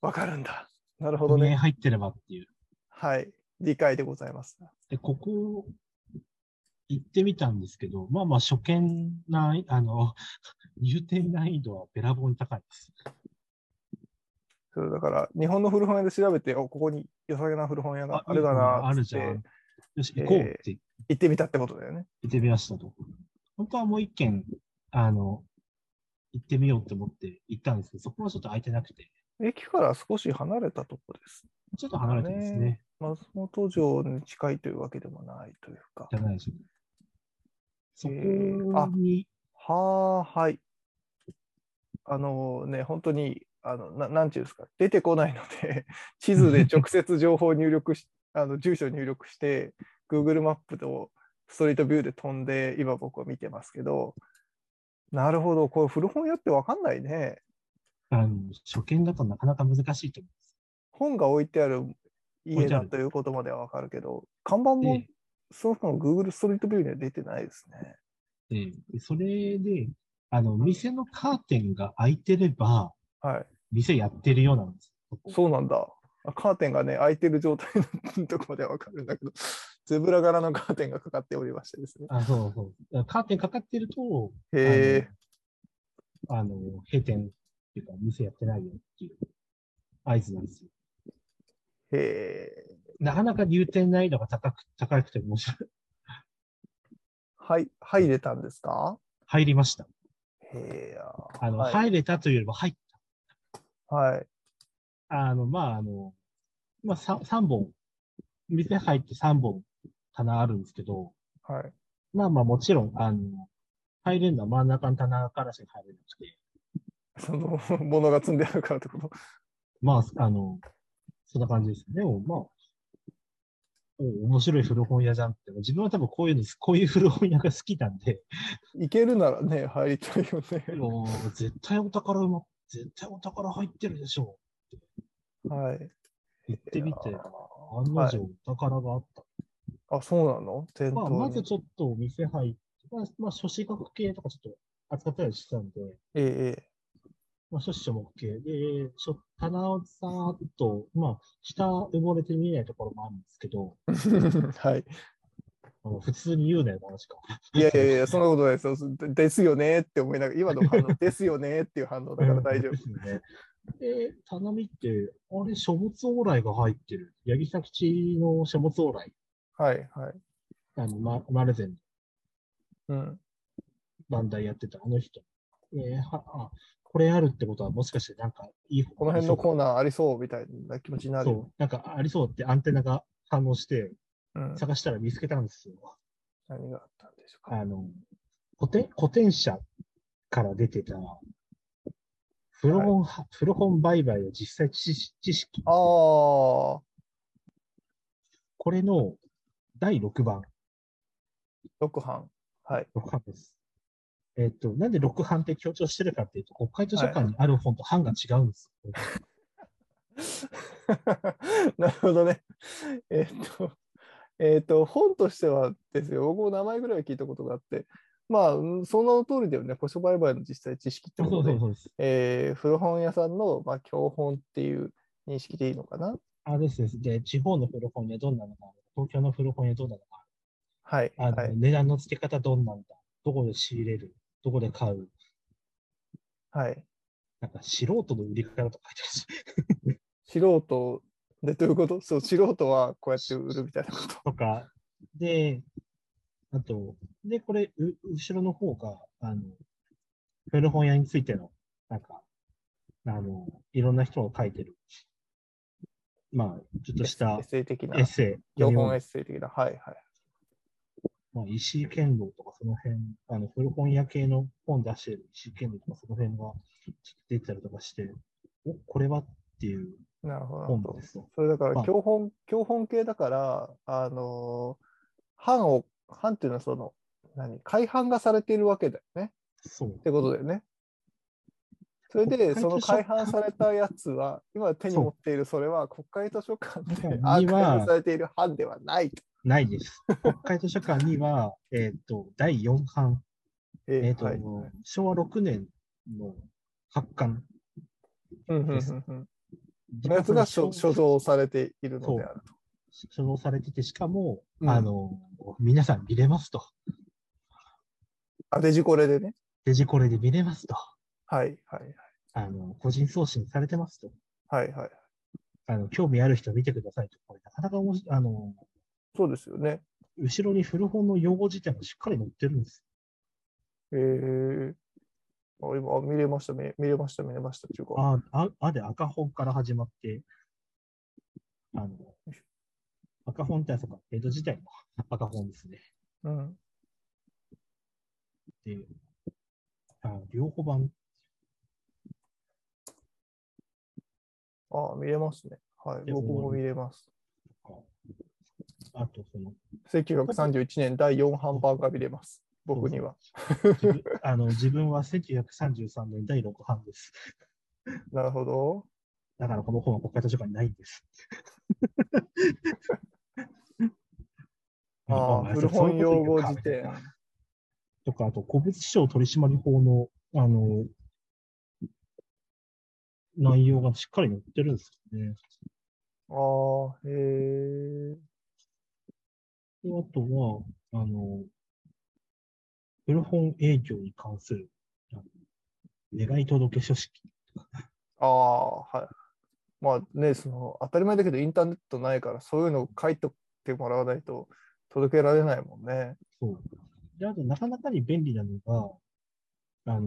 わかるんだ。なるほど本屋ね。入ってればっていう。はい。理解でございます。で、ここ、行ってみたんですけど、まあまあ、初見難易あの、 入店難易度はべらぼうに高いです。それだから、日本の古本屋で調べて、おここに良さげな古本屋があるだなあっるつじっゃてん。よし、行こうって言って行ってみたってことだよね。行ってみましたと。本当はもう一軒、あの、行ってみようと思って行ったんですけど、そこはちょっと空いてなくて、駅から少し離れたとこです。ちょっと離れてですね。松本城に近いというわけでもないというか。じゃないでしょう。そこえーあに、はあ、はい。あのね、本当に、あのななんていうんですか、出てこないので、 地図で直接情報を入力し、 あの住所を入力して、Google マップとストリートビューで飛んで、今僕は見てますけど、なるほど、これ古本屋って分かんないね。あの、初見だとなかなか難しいと思います。本が置いてある置家いてあだるということまでは分かるけど、看板もでそもそも Google ストリートビューには出てないですね。で、それで、あの、店のカーテンが開いてれば、はい。店やってるようなんです。ここそうなんだ。あカーテンがね、開いてる状態のとこまではわかるんだけど、 ゼブラ柄のカーテンがかかっておりましてですね。あ、そうそう。カーテンかかってると、へあの、閉店っていうか、店やってないよっていう合図なんですよ。え、へえ。なかなか入店難易度が高く、高くて面白い。はい、入れたんですか入りました。へえ。あの、はい入れたというよりも入っはい。あの、まあ、あの、まあ、さ三本、店入って3本棚あるんですけど、はい。まあまあもちろん、あの、入れるのは真ん中の棚からしか入れなくて、その、 物が積んであるからってこと。まあ、あの、そんな感じです。でも、まあ、お面白い古本屋じゃんって、自分は多分こういうの、こういう古本屋が好きなんで、行けるならね、入りたいよね。もう絶対お宝うま、絶対お宝入ってるでしょはい。う。行ってみいてや、案の定お宝があった。あ、そうなの全まあ、まずに。ちょっとお店入って、まあ、まあ、書士学系とかちょっと扱ったりしてたんで、えええまあ、書士書目系で、書棚をさーっと、まあ、下埋もれて見えないところもあるんですけど、え。 はい。あの普通に言うなよ、話か。いやいやいや、そんなことないですよ。ですよねって思いながら、今の反 応、ですよねっていう反応だから大丈夫で。すよね。で、棚見て、あれ、書物往来が入ってる。八木佐吉の書物往来、はいはい。あの、ま、マルゼンうん。バンダイやってたあの人。えーはあ、これあるってことは、もしかしてなんかいいこの辺のコーナーありそうみたいな気持ちになるそよ。う、なんかありそうってアンテナが反応して、うん、探したら見つけたんですよ。何があったんでしょうか。あの、古典、古典社から出てた、古本、古本売買の実際知識知識。あー、これの第6版、六版。 はい。 6版です。えっと、なんで6版って強調してるかっていうと、国会図書館にある本と版が違うんですよ。なるほどね。 えーっと、えーっと、本としてはですよ、僕も名前ぐらいは聞いたことがあって、まあ、うんその通りだよね、古書売買の実際知識ってそこうとそでう、そうです。えー古本屋さんの、まあ、教本っていう認識でいいのかな。あ、ですです。で、地方の古本屋どんなのか、東京の古本屋どんなのか、はい。あの、はい。値段の付け方どんなんだ、どこで仕入れる、どこで買う、はい、なんか素人の売り方とか書いてあるし、素人でどういうことそう、素人はこうやって売るみたいなこと。とか、で、あと、で、これ、う後ろの方が、あの、古本屋についての、なんか、あの、いろんな人が書いてる、まあ、ちょっとしたエッセイ的なエッ。セイ。標本エッセイ的な。はいはい。まあ、石井剣道とかその辺、あの、古本屋系の本出してる石井剣道とかその辺が出てたりとかして、お、これはっていうなるほどなる本ほど。ですよ。それだからはい教本、教本系だから、あのー版を、版っていうのはその、何、改版がされているわけだよね。そうっ。てことだよね。それで、国その会図書改版されたやつは、今手に持っているそれは国会図書館で そうアーにカはイブされている版ではないと。ないです。国会図書館には、えっ、と、第4版、ええっ、と、はい昭和6年の発刊うんうんですうんうんのやつが所所蔵されているのであると。所蔵されてて、しかも、うんあの、皆さん見れますと。あ、デジコレでね。デジコレで見れますと。はいはいあの、個人送信されてますと。はいはい。あの、興味ある人見てくださいと。これ、なかなか面白い、あの、そうですよね。後ろに古本の用語辞典もしっかり載ってるんです。えー、あ今あ見れました見れ、見れました、見れました。っていうか、あ、あ、あで赤本から始まって、あの、赤本ってあ、そうか、江戸時代の赤本ですね。うん、で、あ両方版、あ見れますね。はい、で僕もこう見れます。あとその、 1931年第4版版が見れます。僕には。自分あの自分は1933年第6版です。なるほど。だからこの本は国会図書館にないんです。ああ、古本用語辞典。とか、あと、古物商取締法の、あの、内容がしっかり載ってるんですよね。ああ、へえ。であとは、あの、古本営業に関する、あの願い届け書式。ああ、はい。まあね、その、当たり前だけどインターネットないから、そういうのを書いてってもらわないと届けられないもんね。そう。で、あと、なかなかに便利なのが、あの、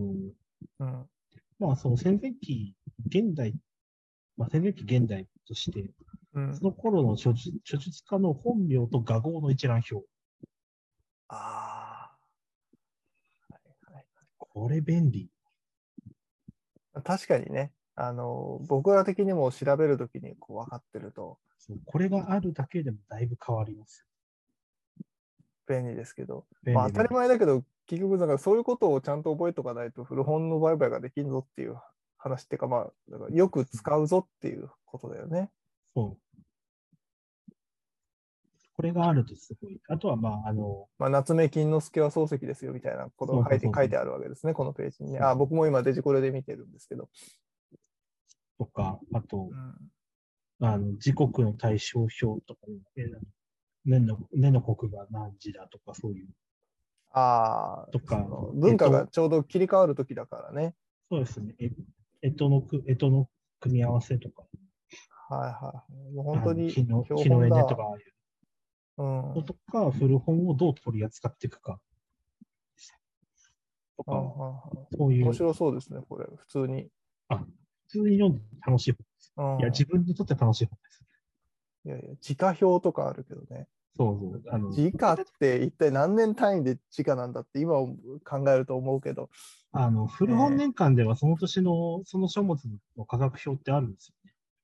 うん。まあ、その戦前期、現代、まあ、戦前期現代として、うんそ、の頃の書術書術家の本名と画号の一覧表。あこれ便利。あ、確かにね。あの、僕ら的にも調べるときにこう分かってるとそうこれがあるだけでもだいぶ変わります。便利ですけど、便利まあ当たり前だけど、結局だからそういうことをちゃんと覚えとかないと古本の売買ができんぞっていう話っていうか、まあ、だからよく使うぞっていうことだよね。そう。これがあるとすごい。あとは、まあ、あの、まあ、夏目金之助は漱石ですよみたいなことが書いてそうそうそうそう書いてあるわけですね、このページにね。そうあ僕も今デジコレで見てるんですけど。とか、あとう、んあの、時刻の対象表とか、えー年の、年の刻が何時だとか、そういう。ああ、とかその文化えがっちょうど切り替わる時だからね。そうですね。え、えとのく、えとの組み合わせとか。はいはい。もう本当あのに日の、標日の本絵だねとか、ああいううん。とか、古本をどう取り扱っていくか。とあああか、あそういう、面普白そうですね、これ、普通に。通に読んで楽しい本。うん、いや、自分にとって楽しい本です。いやいや、時価表とかあるけどね。そうそう。あの、時価って一体何年単位で時価なんだって今考えると思うけど、あの、古本年間ではその年の、その書物の価格表ってあるんですよ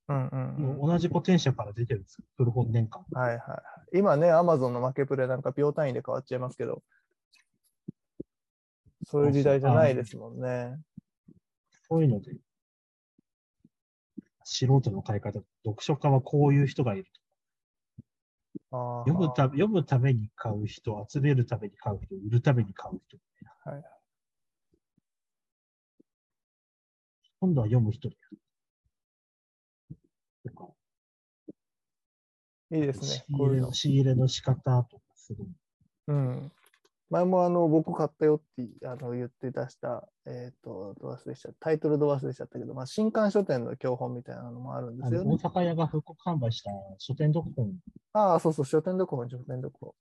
うんうんね。うんもう同じ古典社から出てるんですよ。古本年間。はいはいはい。今ね、アマゾンの負けプレなんか秒単位で変わっちゃいますけど、そういう時代じゃないですもんね。そういうので、素人の買い方、読書家はこういう人がいる。あー読むた読むために買う人、集めるために買う人、売るために買う人。はい今度は読む人でやる。とか、いいですね仕。こうい入れうのの。仕入れの仕方とか、すごい。うん。前もあの僕買ったよってあの言って出した、えっ、と、ど忘れしちゃったタイトルど忘れしちゃったけど、まあ、新刊書店の教本みたいなのもあるんであすよのね大。阪屋が復刻販売した書店読本、ああ、そうそう、書店どこも書店どこも。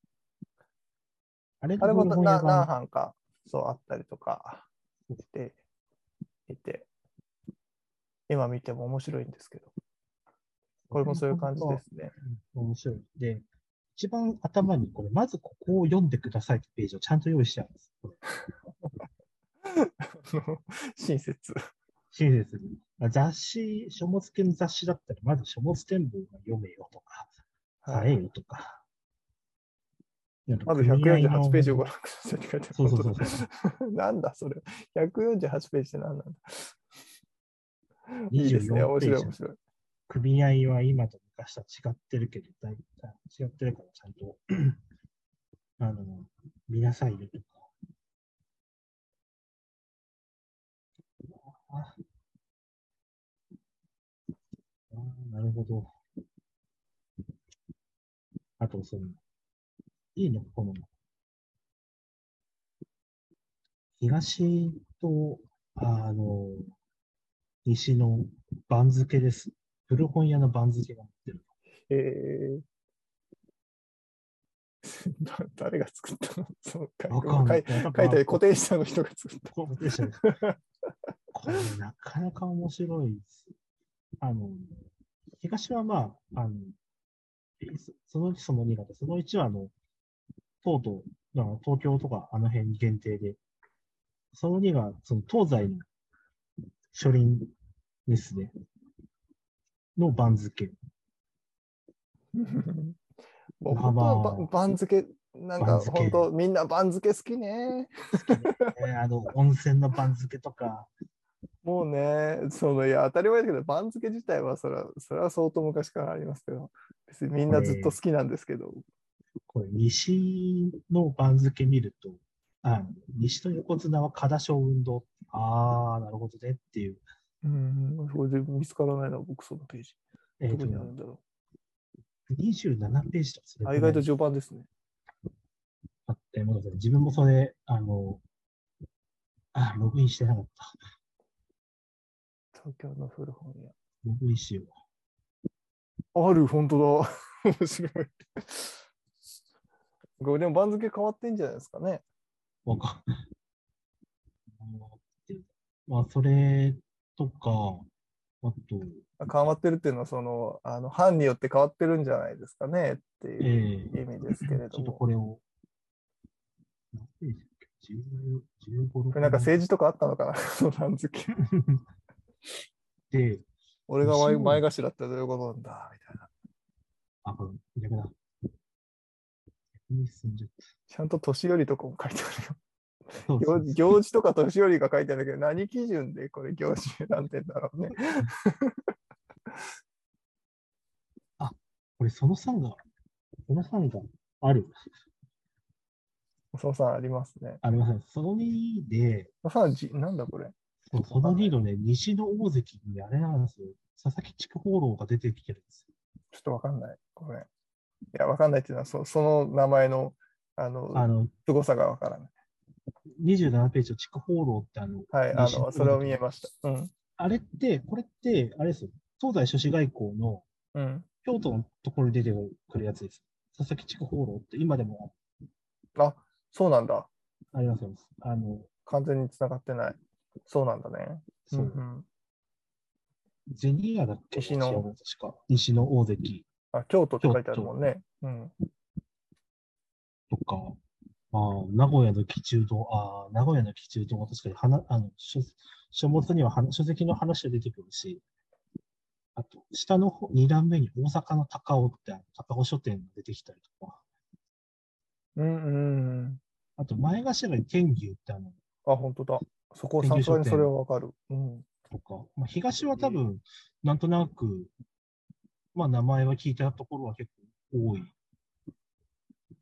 あれあれも古本な屋何が版か、そう、あったりとかしていて、今見ても面白いんですけど、これもそういう感じですね。面白い。で、一番頭に、これ、まずここを読んでくださいってページをちゃんと用意しちゃうんです。これ親切。親切に。まあ雑誌、書物系の雑誌だったら、まず書物展望が読めよとか、買えよとか。まず148ページをご覧くださいって書いてある。そうそうそうそ う。なんだそれ。148ページって何なんだいいですね。 24面白ペーいジ面。白い。組合は今と昔とは違ってるけど、だいだい違ってるからちゃんと、 あの、見なさいよとか。ああ、なるほど。あと、その、いいね、この、東と、あの、西の番付です。古本屋の番付が載ってる。えー だ誰が作ったの そうか。わかんない。書いて固定資産の人が作った。こうでしたねこれなかなか面白いです。あの、東はまあ、あの、えそその1その2型、その1はあの、とうとう、まあ東京とかあの辺限定で、その2がその東西の書輪ですね。の番付。もうま本当あまあはば番付、なんか番付本当、みんな番付好きね。えーあの、温泉の番付とか、もうね、そのいや、当たり前だけど、番付自体はそれはそれは相当昔からありますけど、別にみんなずっと好きなんですけど、これ、西の番付見ると、あ西と横綱は加田小運動。ああ、なるほどねっていう。うん、これで見つからないのは僕そのページ。えーどことにあるんだろ27ページとかすう。るあ意外と序盤ですね。あって、まだそれ自分もそれ、あの、あログインしてなかった。東京の古本屋。ログインしよう。ある、本当だ。 面白い。これでも番付変わってんじゃないですかね。わかんない あのでまあ、それとか、あと、変わってるっていうのは、その、あの、班によって変わってるんじゃないですかねってえいうー意味ですけれちどょっとも。これを、何ページだっけ ?15、16これなんか政治とかあったのかな その番付。で、俺が前そう前頭ってどういうことなんだみたいな。あ、これ、逆だ。逆に進んじゃっちゃんと年寄りとかも書いてあるよ。た。そうそ行う事 行事とか年寄りが書いてあるけど、何基準でこれ行事選んでんだろうね。これ、その3が、その3がある。そうさんありますね。ありません。その2で、そうさん、じなんだこれ。そうその2のね、西の大関にあれなんですよ。佐々木筑宝郎が出てきてるんですよ。ちょっとわかんない。ごめん。いや、わかんないっていうのは、そその名前の、あの、あの、凄さがわからない。 27ページの筑宝郎ってあの、はい、あ西のの、それを見えました。うん。あれって、これって、あれですよ。東西諸子外交のうん。京都のところに出てくるやつです。佐々木筑宝郎って今でもあ、そうなんだ。ありますよ。あの、完全に繋がってない。そうなんだね。そう。んんゼニーアだっけ西の確か。西の大関あ、京都って書いてあるもんね。うん。とか、あー名古屋の基中堂、ああ、名古屋の基中堂は確かに花、あの、書書物には花書籍の話が出てくるし、あと、下の方二段目に大阪の高尾ってある、高尾書店が出てきたりとか、うんうんうん。あと、前頭に天牛ってあの、あ、本当だ。そこ、さすがにそれはわかる。うん。とか、まあ、東は多分、なんとなく、まあ、名前は聞いたところは結構多い。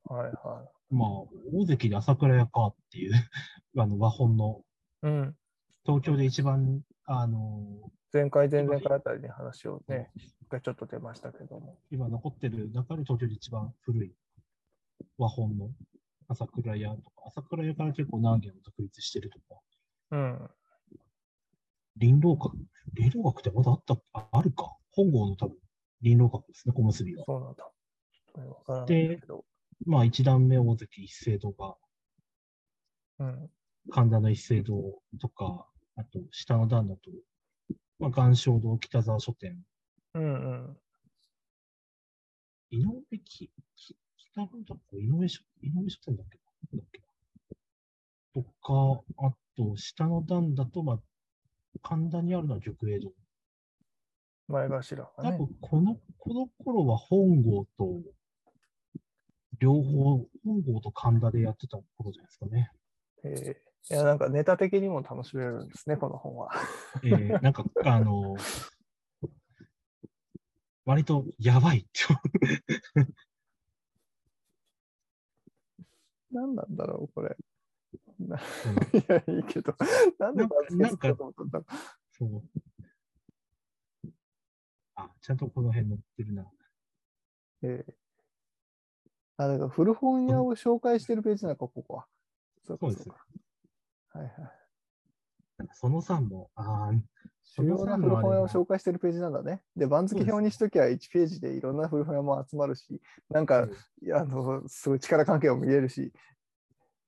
はいはまあ、大関で朝倉屋かっていう、 あの、和本のい。うん。東京で一番、あの前回、前々回あたりに話をね、一回ちょっと出ましたけども。今残ってる中で東京で一番古い和本の朝倉屋とか、朝倉屋から結構何軒も独立してるとか、うん。林道閣、林道閣ってまだあった、ああるか。本郷の多分、林道閣ですね、小結びは。そうなんだ。ちょっとねわからないんだけど。まあ、一段目大関一斉堂が、うん。神田の一斉堂とか、あと、下の段だと、まあ、岩礁堂北沢書店、うんうん。井上ききターなんだっけ井上書、井上書店だっけなんだっけとか、あと、下の段だと、まあ、神田にあるのは玉栄堂。前頭多がね分。この、この頃は本郷と、両方、本郷と神田でやってた頃じゃないですかね。えーいやなんかネタ的にも楽しめるんですね、この本は。 えー、なんか、あの、割とやばいって思う。何なんだろう、これ。なう んいや、いいけど。なんでなんかバスケットと思ったんだろそう。あ、ちゃんとこの辺載ってるな。うえーあ、だから古本屋を紹介してるページなのか、ここは。そうかそうですそうかはいはい。なんかその3も、あー主要な古本屋を紹介してるページなんだね。で、番付表にしときゃ1ページでいろんな古本屋も集まるし、なんか、いやあの、すごい力関係も見れるし、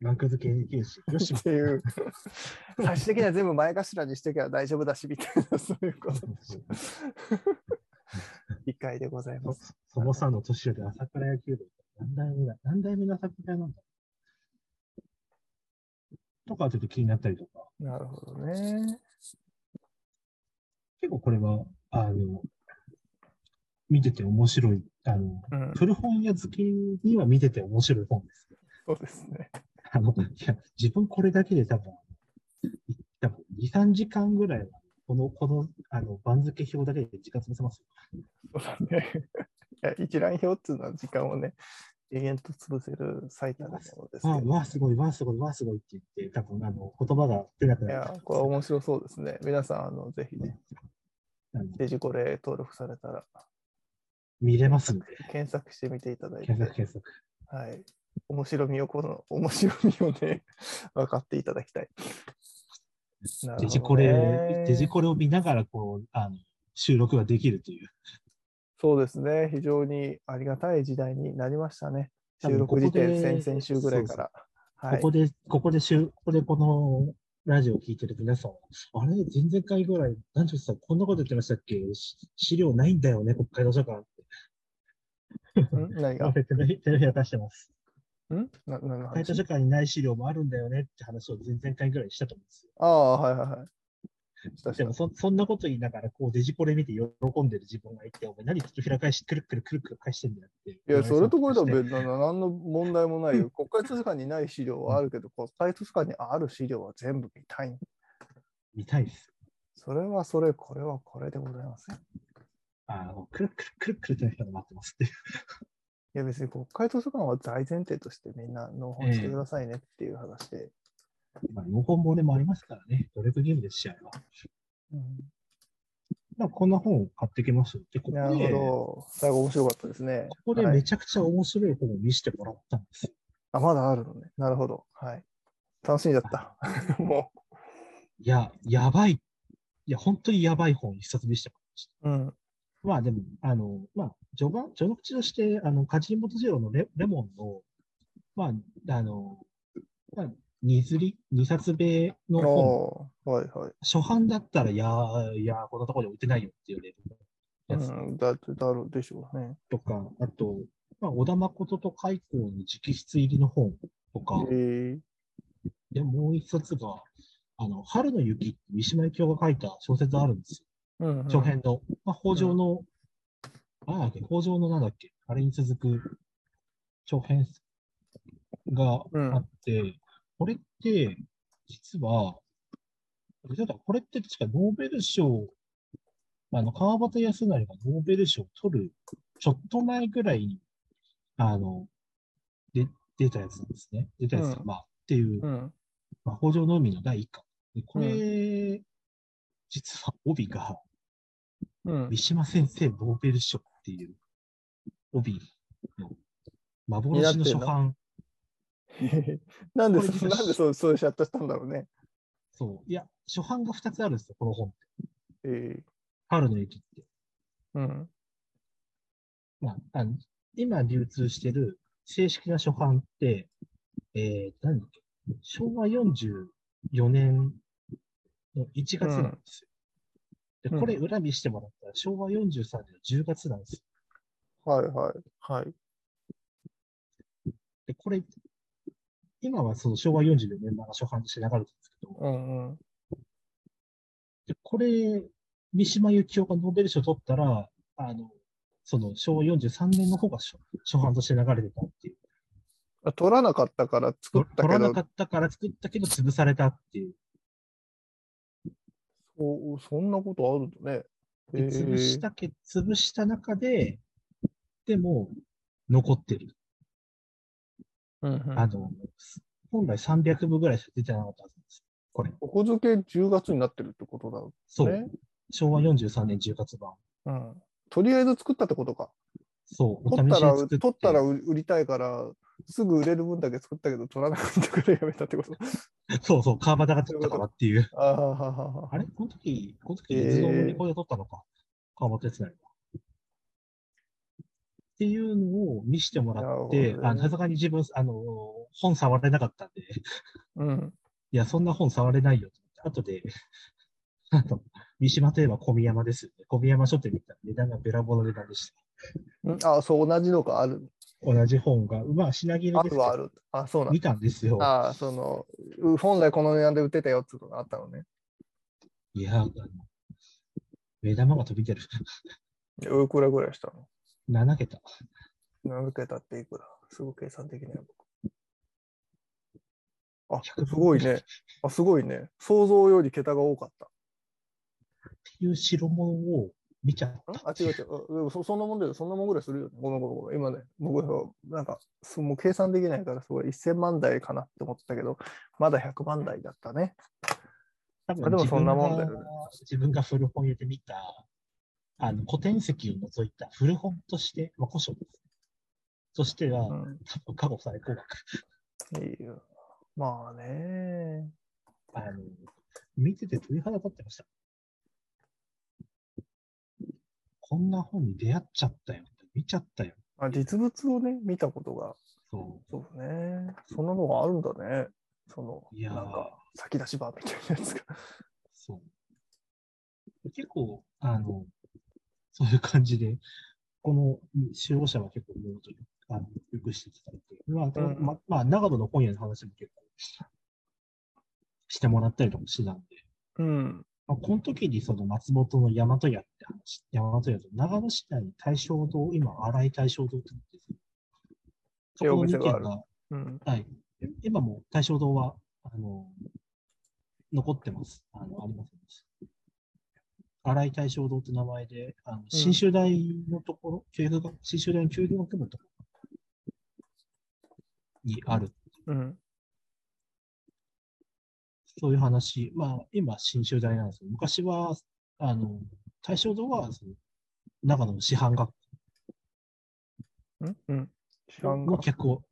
ランク付けに行けるし、 よしっ、ていう、最終的には全部前頭にしときゃ大丈夫だし、みたいな、そういうことでしょ。理解でございます。そその3の年より朝倉野球部、何代目だ、何代目の朝倉なんだ。とかちょっと気になったりとか、なるほどね。結構これは、あの、見てて面白い、あの、うん、古本屋好きには見てて面白い本です。そうですね。あの、いや、自分これだけで多分、い多分2、3時間ぐらいは、この、この、あの、番付表だけで時間潰せますよ。そうだね。いや一覧表っていうのは時間をね、永遠と潰せる最たるものですわあ、けど。わあ、すごい、わあ、すごい、わあ、すごいって言って、多分、あの、言葉が出なくいなやる。、これは面白そうですね。皆さん、あのぜひね、あのデジコレ登録されたら、見れますんで、検索してみていただいて、検索、検索。はい。面白みを、この 面白みをね、分かっていただきたい。なるほどねデジコレ、デジコレを見ながら、こう、あの、収録ができるという。そうですね。非常にありがたい時代になりましたね。多収分録時こ点、こ先で々週ぐらいから。はい。ここで、ここで収、ここでこのラジオを聞いてる皆さんは、あれ前々回ぐらい、南條さん、こんなこと言ってましたっけし資料ないんだよね、国会図書館って。ん何があんれ、テレビ、テレビは出してます。な何の国会図話書館にない資料もあるんだよねって話を前々回ぐらいしたと思うんですよ。ああ、はいはいはい。したしでたもそ、そんなこと言いながら、こう、デジコレ見て喜んでる自分がいて、お前何ずっと開かし、くるくるくるくる返してんだよって。いや、それとこれとは別別だな。何の問題も ないよ。国会図書館にない資料はあるけど、国会図書館にある資料は全部見たい。見たいです。それはそれ、これはこれでございますよ。あの、くるくるくるくるってな人が待ってますって。いや別に国会図書館は大前提としてみんな納本してくださいねっていう話で。まあ、4本もでもありますからね。努力義務です、試合は。まあ、こんな本を買ってきました。で、ここなるで、こほど。最後面白かったですね。こではいめちゃくちゃ面白い本を見せてもらったんですよ。あ、まだあるのね。なるほど。はい。楽しんじゃ った。もいや、やばい。いや、本当にやばい本を一冊見せてもらいました。う。うん。まあでも、あの、まあ、序盤、序の口として、あの、カジモトジロのレレモンの、まあ、あの、まあ、二釣り、二冊米の本、おーはいはい。初版だったら、いやー、いやー、こんなところに置いてないよっていうレベうルのやつん、だってだろうでしょうね。とか、あと、まあ、小田誠と開口の直筆入りの本とか、えー、で、もう一冊が、あの、春の雪って三島由紀夫が書いた小説あるんですうん、うん。よ。長編の。まあ、北条の、なんだっけ、北条のなんだっけ、あれに続く長編がうんあって、これって、実は、実はこれって確かノーベル賞、あの、川端康成がノーベル賞を取るちょっと前ぐらいに、あの、で、出たやつなんですね。出たやつか、うんまあ、っていう。うん。魔法上の海の第一巻。でこれ、実は帯が、うん三。島先生ノーベル賞っていう帯の幻の初にな版。 なんでこれ実そ、はなんでそう、そうしちゃったんだろうね。そう。いや、初版が2つあるんですよ、この本って。えー、春の雪って。うん。まあ、あの今流通してる正式な初版って、えー、何だっけ昭和44年の1月なんですうよ。んで、これ裏見してもらったら、昭和43年の10月なんですよはいはい。はい。で、これ、今はその昭和44年の初版として流れてるんですけど、うんうん。で、これ、三島由紀夫がノーベル賞取ったら、あの、その昭和43年の方が初初版として流れてたっていう。あ取らなかったから作った取けらなどか、ったから作ったけど潰されたっていう。そうそんなことあるとね。で潰しへたけ、潰した中で、でも、残ってる。えうんうんあの、本来300部ぐらいしか出てなかったはずなんです。これ。おこづけ10月になってるってことだろそう。ね。昭和43年10月版。うん。とりあえず作ったってことか。そう。取ったら、お試しで作取ったら売りたいから、すぐ売れる分だけ作ったけど、取らなかったからやめたって こと。そうそう、川端が撮ったからっていう。ああ、ははははあれこの時、この時、えー水の森これで撮ったのか。川端ですね。っていうのを見してもらっなるてほ、どねあのさすがに自分、あの、本触れなかったんで、うん。いや、そんな本触れないよと思って、 後で、あの、三島といえば小宮山ですよね。小宮山書店に行ったら値段がべらぼうの値段でした。んああ、そう、同じのがある。同じ本が、まあ、品切れあでするけどはある。あそうなんだ見たんですよ。ああ、その、う本来この値段で売ってたよっていうのがあったのね。いや、あの目玉が飛び出る。いくらぐらいしたの7桁。何桁っていくらすごい計算できない僕。あ、 100すごい ね。あ、すごいね。想像より桁が多かった。っていう代物を見ちゃっんた。あ、 違う違う。あでもそそんなもんだよ。そんなもんぐらいするよね。ごめんごめんごめん。今ね、僕、なんか、そうもう計算できないから、すごい1000万台かなって思ったけど、まだ100万台だったね。多あでもそんなもんだよね自分が自分が古本屋で見た、あの、古典石を除いた古本として、まあ、古書です。としては、うん。多分過去最高額。いいよ。まあね。あの、見てて鳥肌立ってました。こんな本に出会っちゃったよ。見ちゃったよ。あ実物をね、見たことが、そそうね。そんなのがあるんだね。その、う。いやーなんか、先出し版みたいなやつが。そう。結構、あの、そういう感じで、このうん使用者は結構いろいろとあのよくしていただいて、まあ、うんままあ、長野の本屋の話も結構してもらったりとかもしてたんで、うん。まあ、この時にその松本の大和屋って話、大和屋と長野市内に大正堂、今、荒井大正堂って言うんですよ。そこの2っていうお店があ軒るが、うん。はい。今も大正堂は、あの、残ってます。あの、あります。新井大正堂って名前で、あの新州大のところ、教育学、新州大の教育学部のところにある。うん。そういう話。まあ、今、新州大なんですけど、昔は、あの、大正堂は、その長野の師範学うん。うん。知ら校んのが。客を、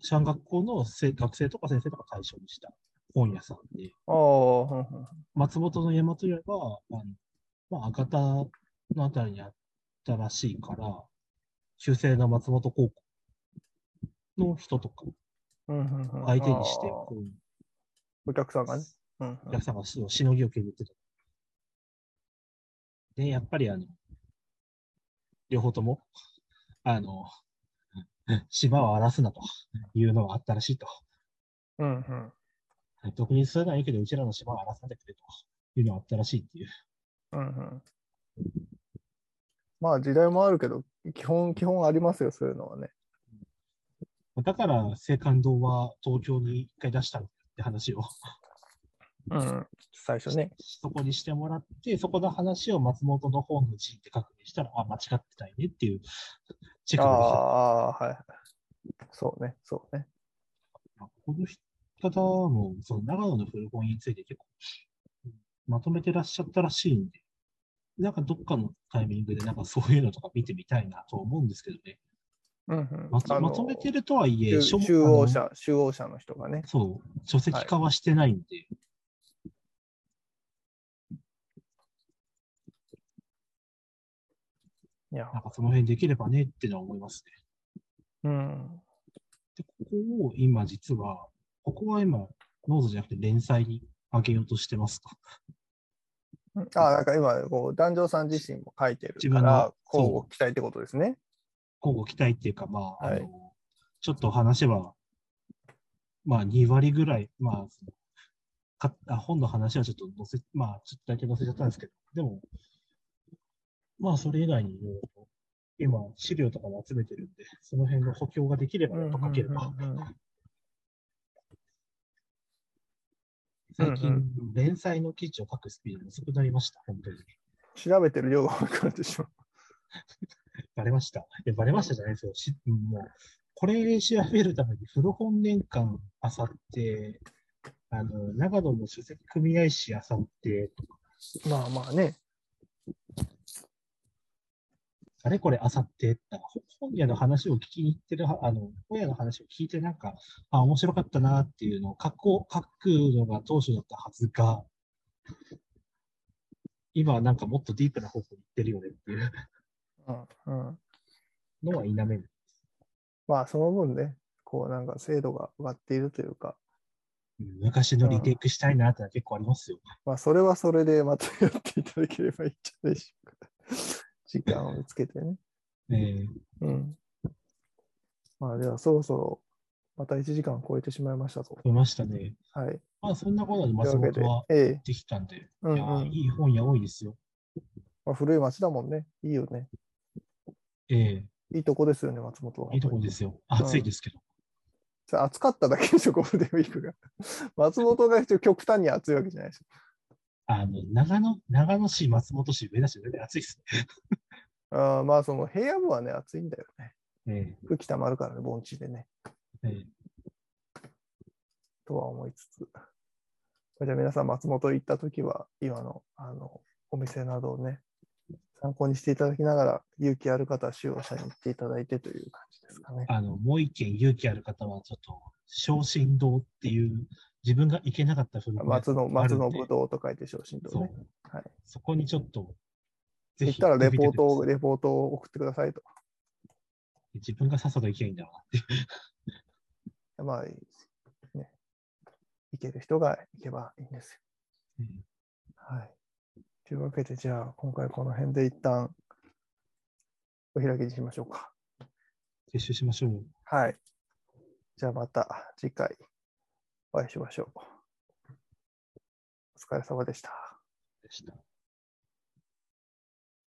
師範学校のせ学生とか先生とか対象にした本屋さんで、ああ、うんうん松本の山といえば、あのまあ、赤田のあたりにあったらしいから、旧制の松本高校の人とかうんうんうん。相手にして、ああこう、お客さんがね。うんお客さんがしのしのぎを削ってた。で、やっぱりあの、両方とも、あの、芝を荒らすなというのがあったらしいと。うん。うんうん。特にするのはいいけど、うちらの芝を荒らさなくてというのがあったらしいっていう。うんうん。まあ時代もあるけど、基本、基本ありますよ、そういうのはね。だから、青函堂は東京に一回出したのって話を、うん。最初ね。そこにしてもらって、そこの話を松本の本の字って確認したら、あ、間違ってたいねっていうチェッあクができた。あ、はい。そうね、そうね。まあこの方も、その長野の古本について結構、うんまとめてらっしゃったらしいんで、なんかどっかのタイミングで、なんかそういうのとか見てみたいなと思うんですけどね。うんうんまとまとめてるとはいえ、中書中央あの社、中央社の人がね。そう、書籍化はしてないんで、いやな、んかその辺できればねってのは思いますね。うん。で、ここを今実は、ここは今、ノーズじゃなくて連載に上げようとしてますと。ああ、なんか今、こう、壇上さん自身も書いてる自か分らの、こう、期待ってことですね。今後期待っていうか、まあ、あの、はいちょっと話はまあ、2割ぐらい、まあ、そのかあ本の話はちょっと載せ、まあ、ちょっとだけ載せちゃったんですけど、でも、まあ、それ以外にいろいろと、今、資料とかも集めてるんで、その辺の補強ができればとかければ、うんうんうんうん最近、うんう連載の記事を書くスピードが遅くなりました、本当に。調べてる量が多くなってしまう。バレました。いや、バレましたじゃないですよ。しもう、これ調べるために、古本年間あさって、あの、長野の書籍組合誌あさって、 まあまあね。あれこれあさって、なんかほ本屋の話を聞きに行ってるは、あの、本屋の話を聞いてなんか、あ、面白かったなっていうのを書こう、書くのが当初だったはずが、今はなんかもっとディープな方向に行ってるよねっていううんうん、のは否めない。まあその分ね、こうなんか精度が上がっているというか、うん昔のリテイクしたいなってのは結構ありますよ。まあそれはそれでまたやっていただければいいんじゃないでしょうか。時間を見つけてね。えーうん。まあではそろそろまた1時間超えてしまいましたと。思いましたね。はい。まあ、そんなことで、まあ、とい仕うわけ事では、ええ。できたんで、うんいうんやーいい本屋多いですよ。まあ、古い町だもんね。いいよね。ええいいとこですよね、松本は。いいとこですよ。暑いですけど。それ暑かっただ けでしょ、ゴールデンウィークが。松本が極端に暑いわけじゃないでしあの、長野、長野市、松本市、上田市、全然暑いですょ。あーまあ、その平野部はね、暑いんだよね。ね。 空気溜まるからね、盆地でね。ええええとは思いつつ。じゃあ皆さん、松本行ったときは、今のあのお店などをね、参考にしていただきながら、勇気ある方は使用者に行っていただいてという感じですかね。あの、もう一軒勇気ある方は、ちょっと、昇進堂っていう、自分が行けなかった古本屋松のある松んでのぶどうと書いて昇進とそうね。。はい、そこにちょっと、ぜ行っひ、たらレポートを、見てくださレポートを送ってくださいと。い自分がさっさと行けばいいんだろうなって。まあ、ね、行ける人が行けばいいんですよ。うんはい。というわけで、じゃあ、今回この辺で一旦お開きにしましょうか。撤収しましょう。はい。じゃあ、また次回お会いしましょう。お疲れ様でした。でした。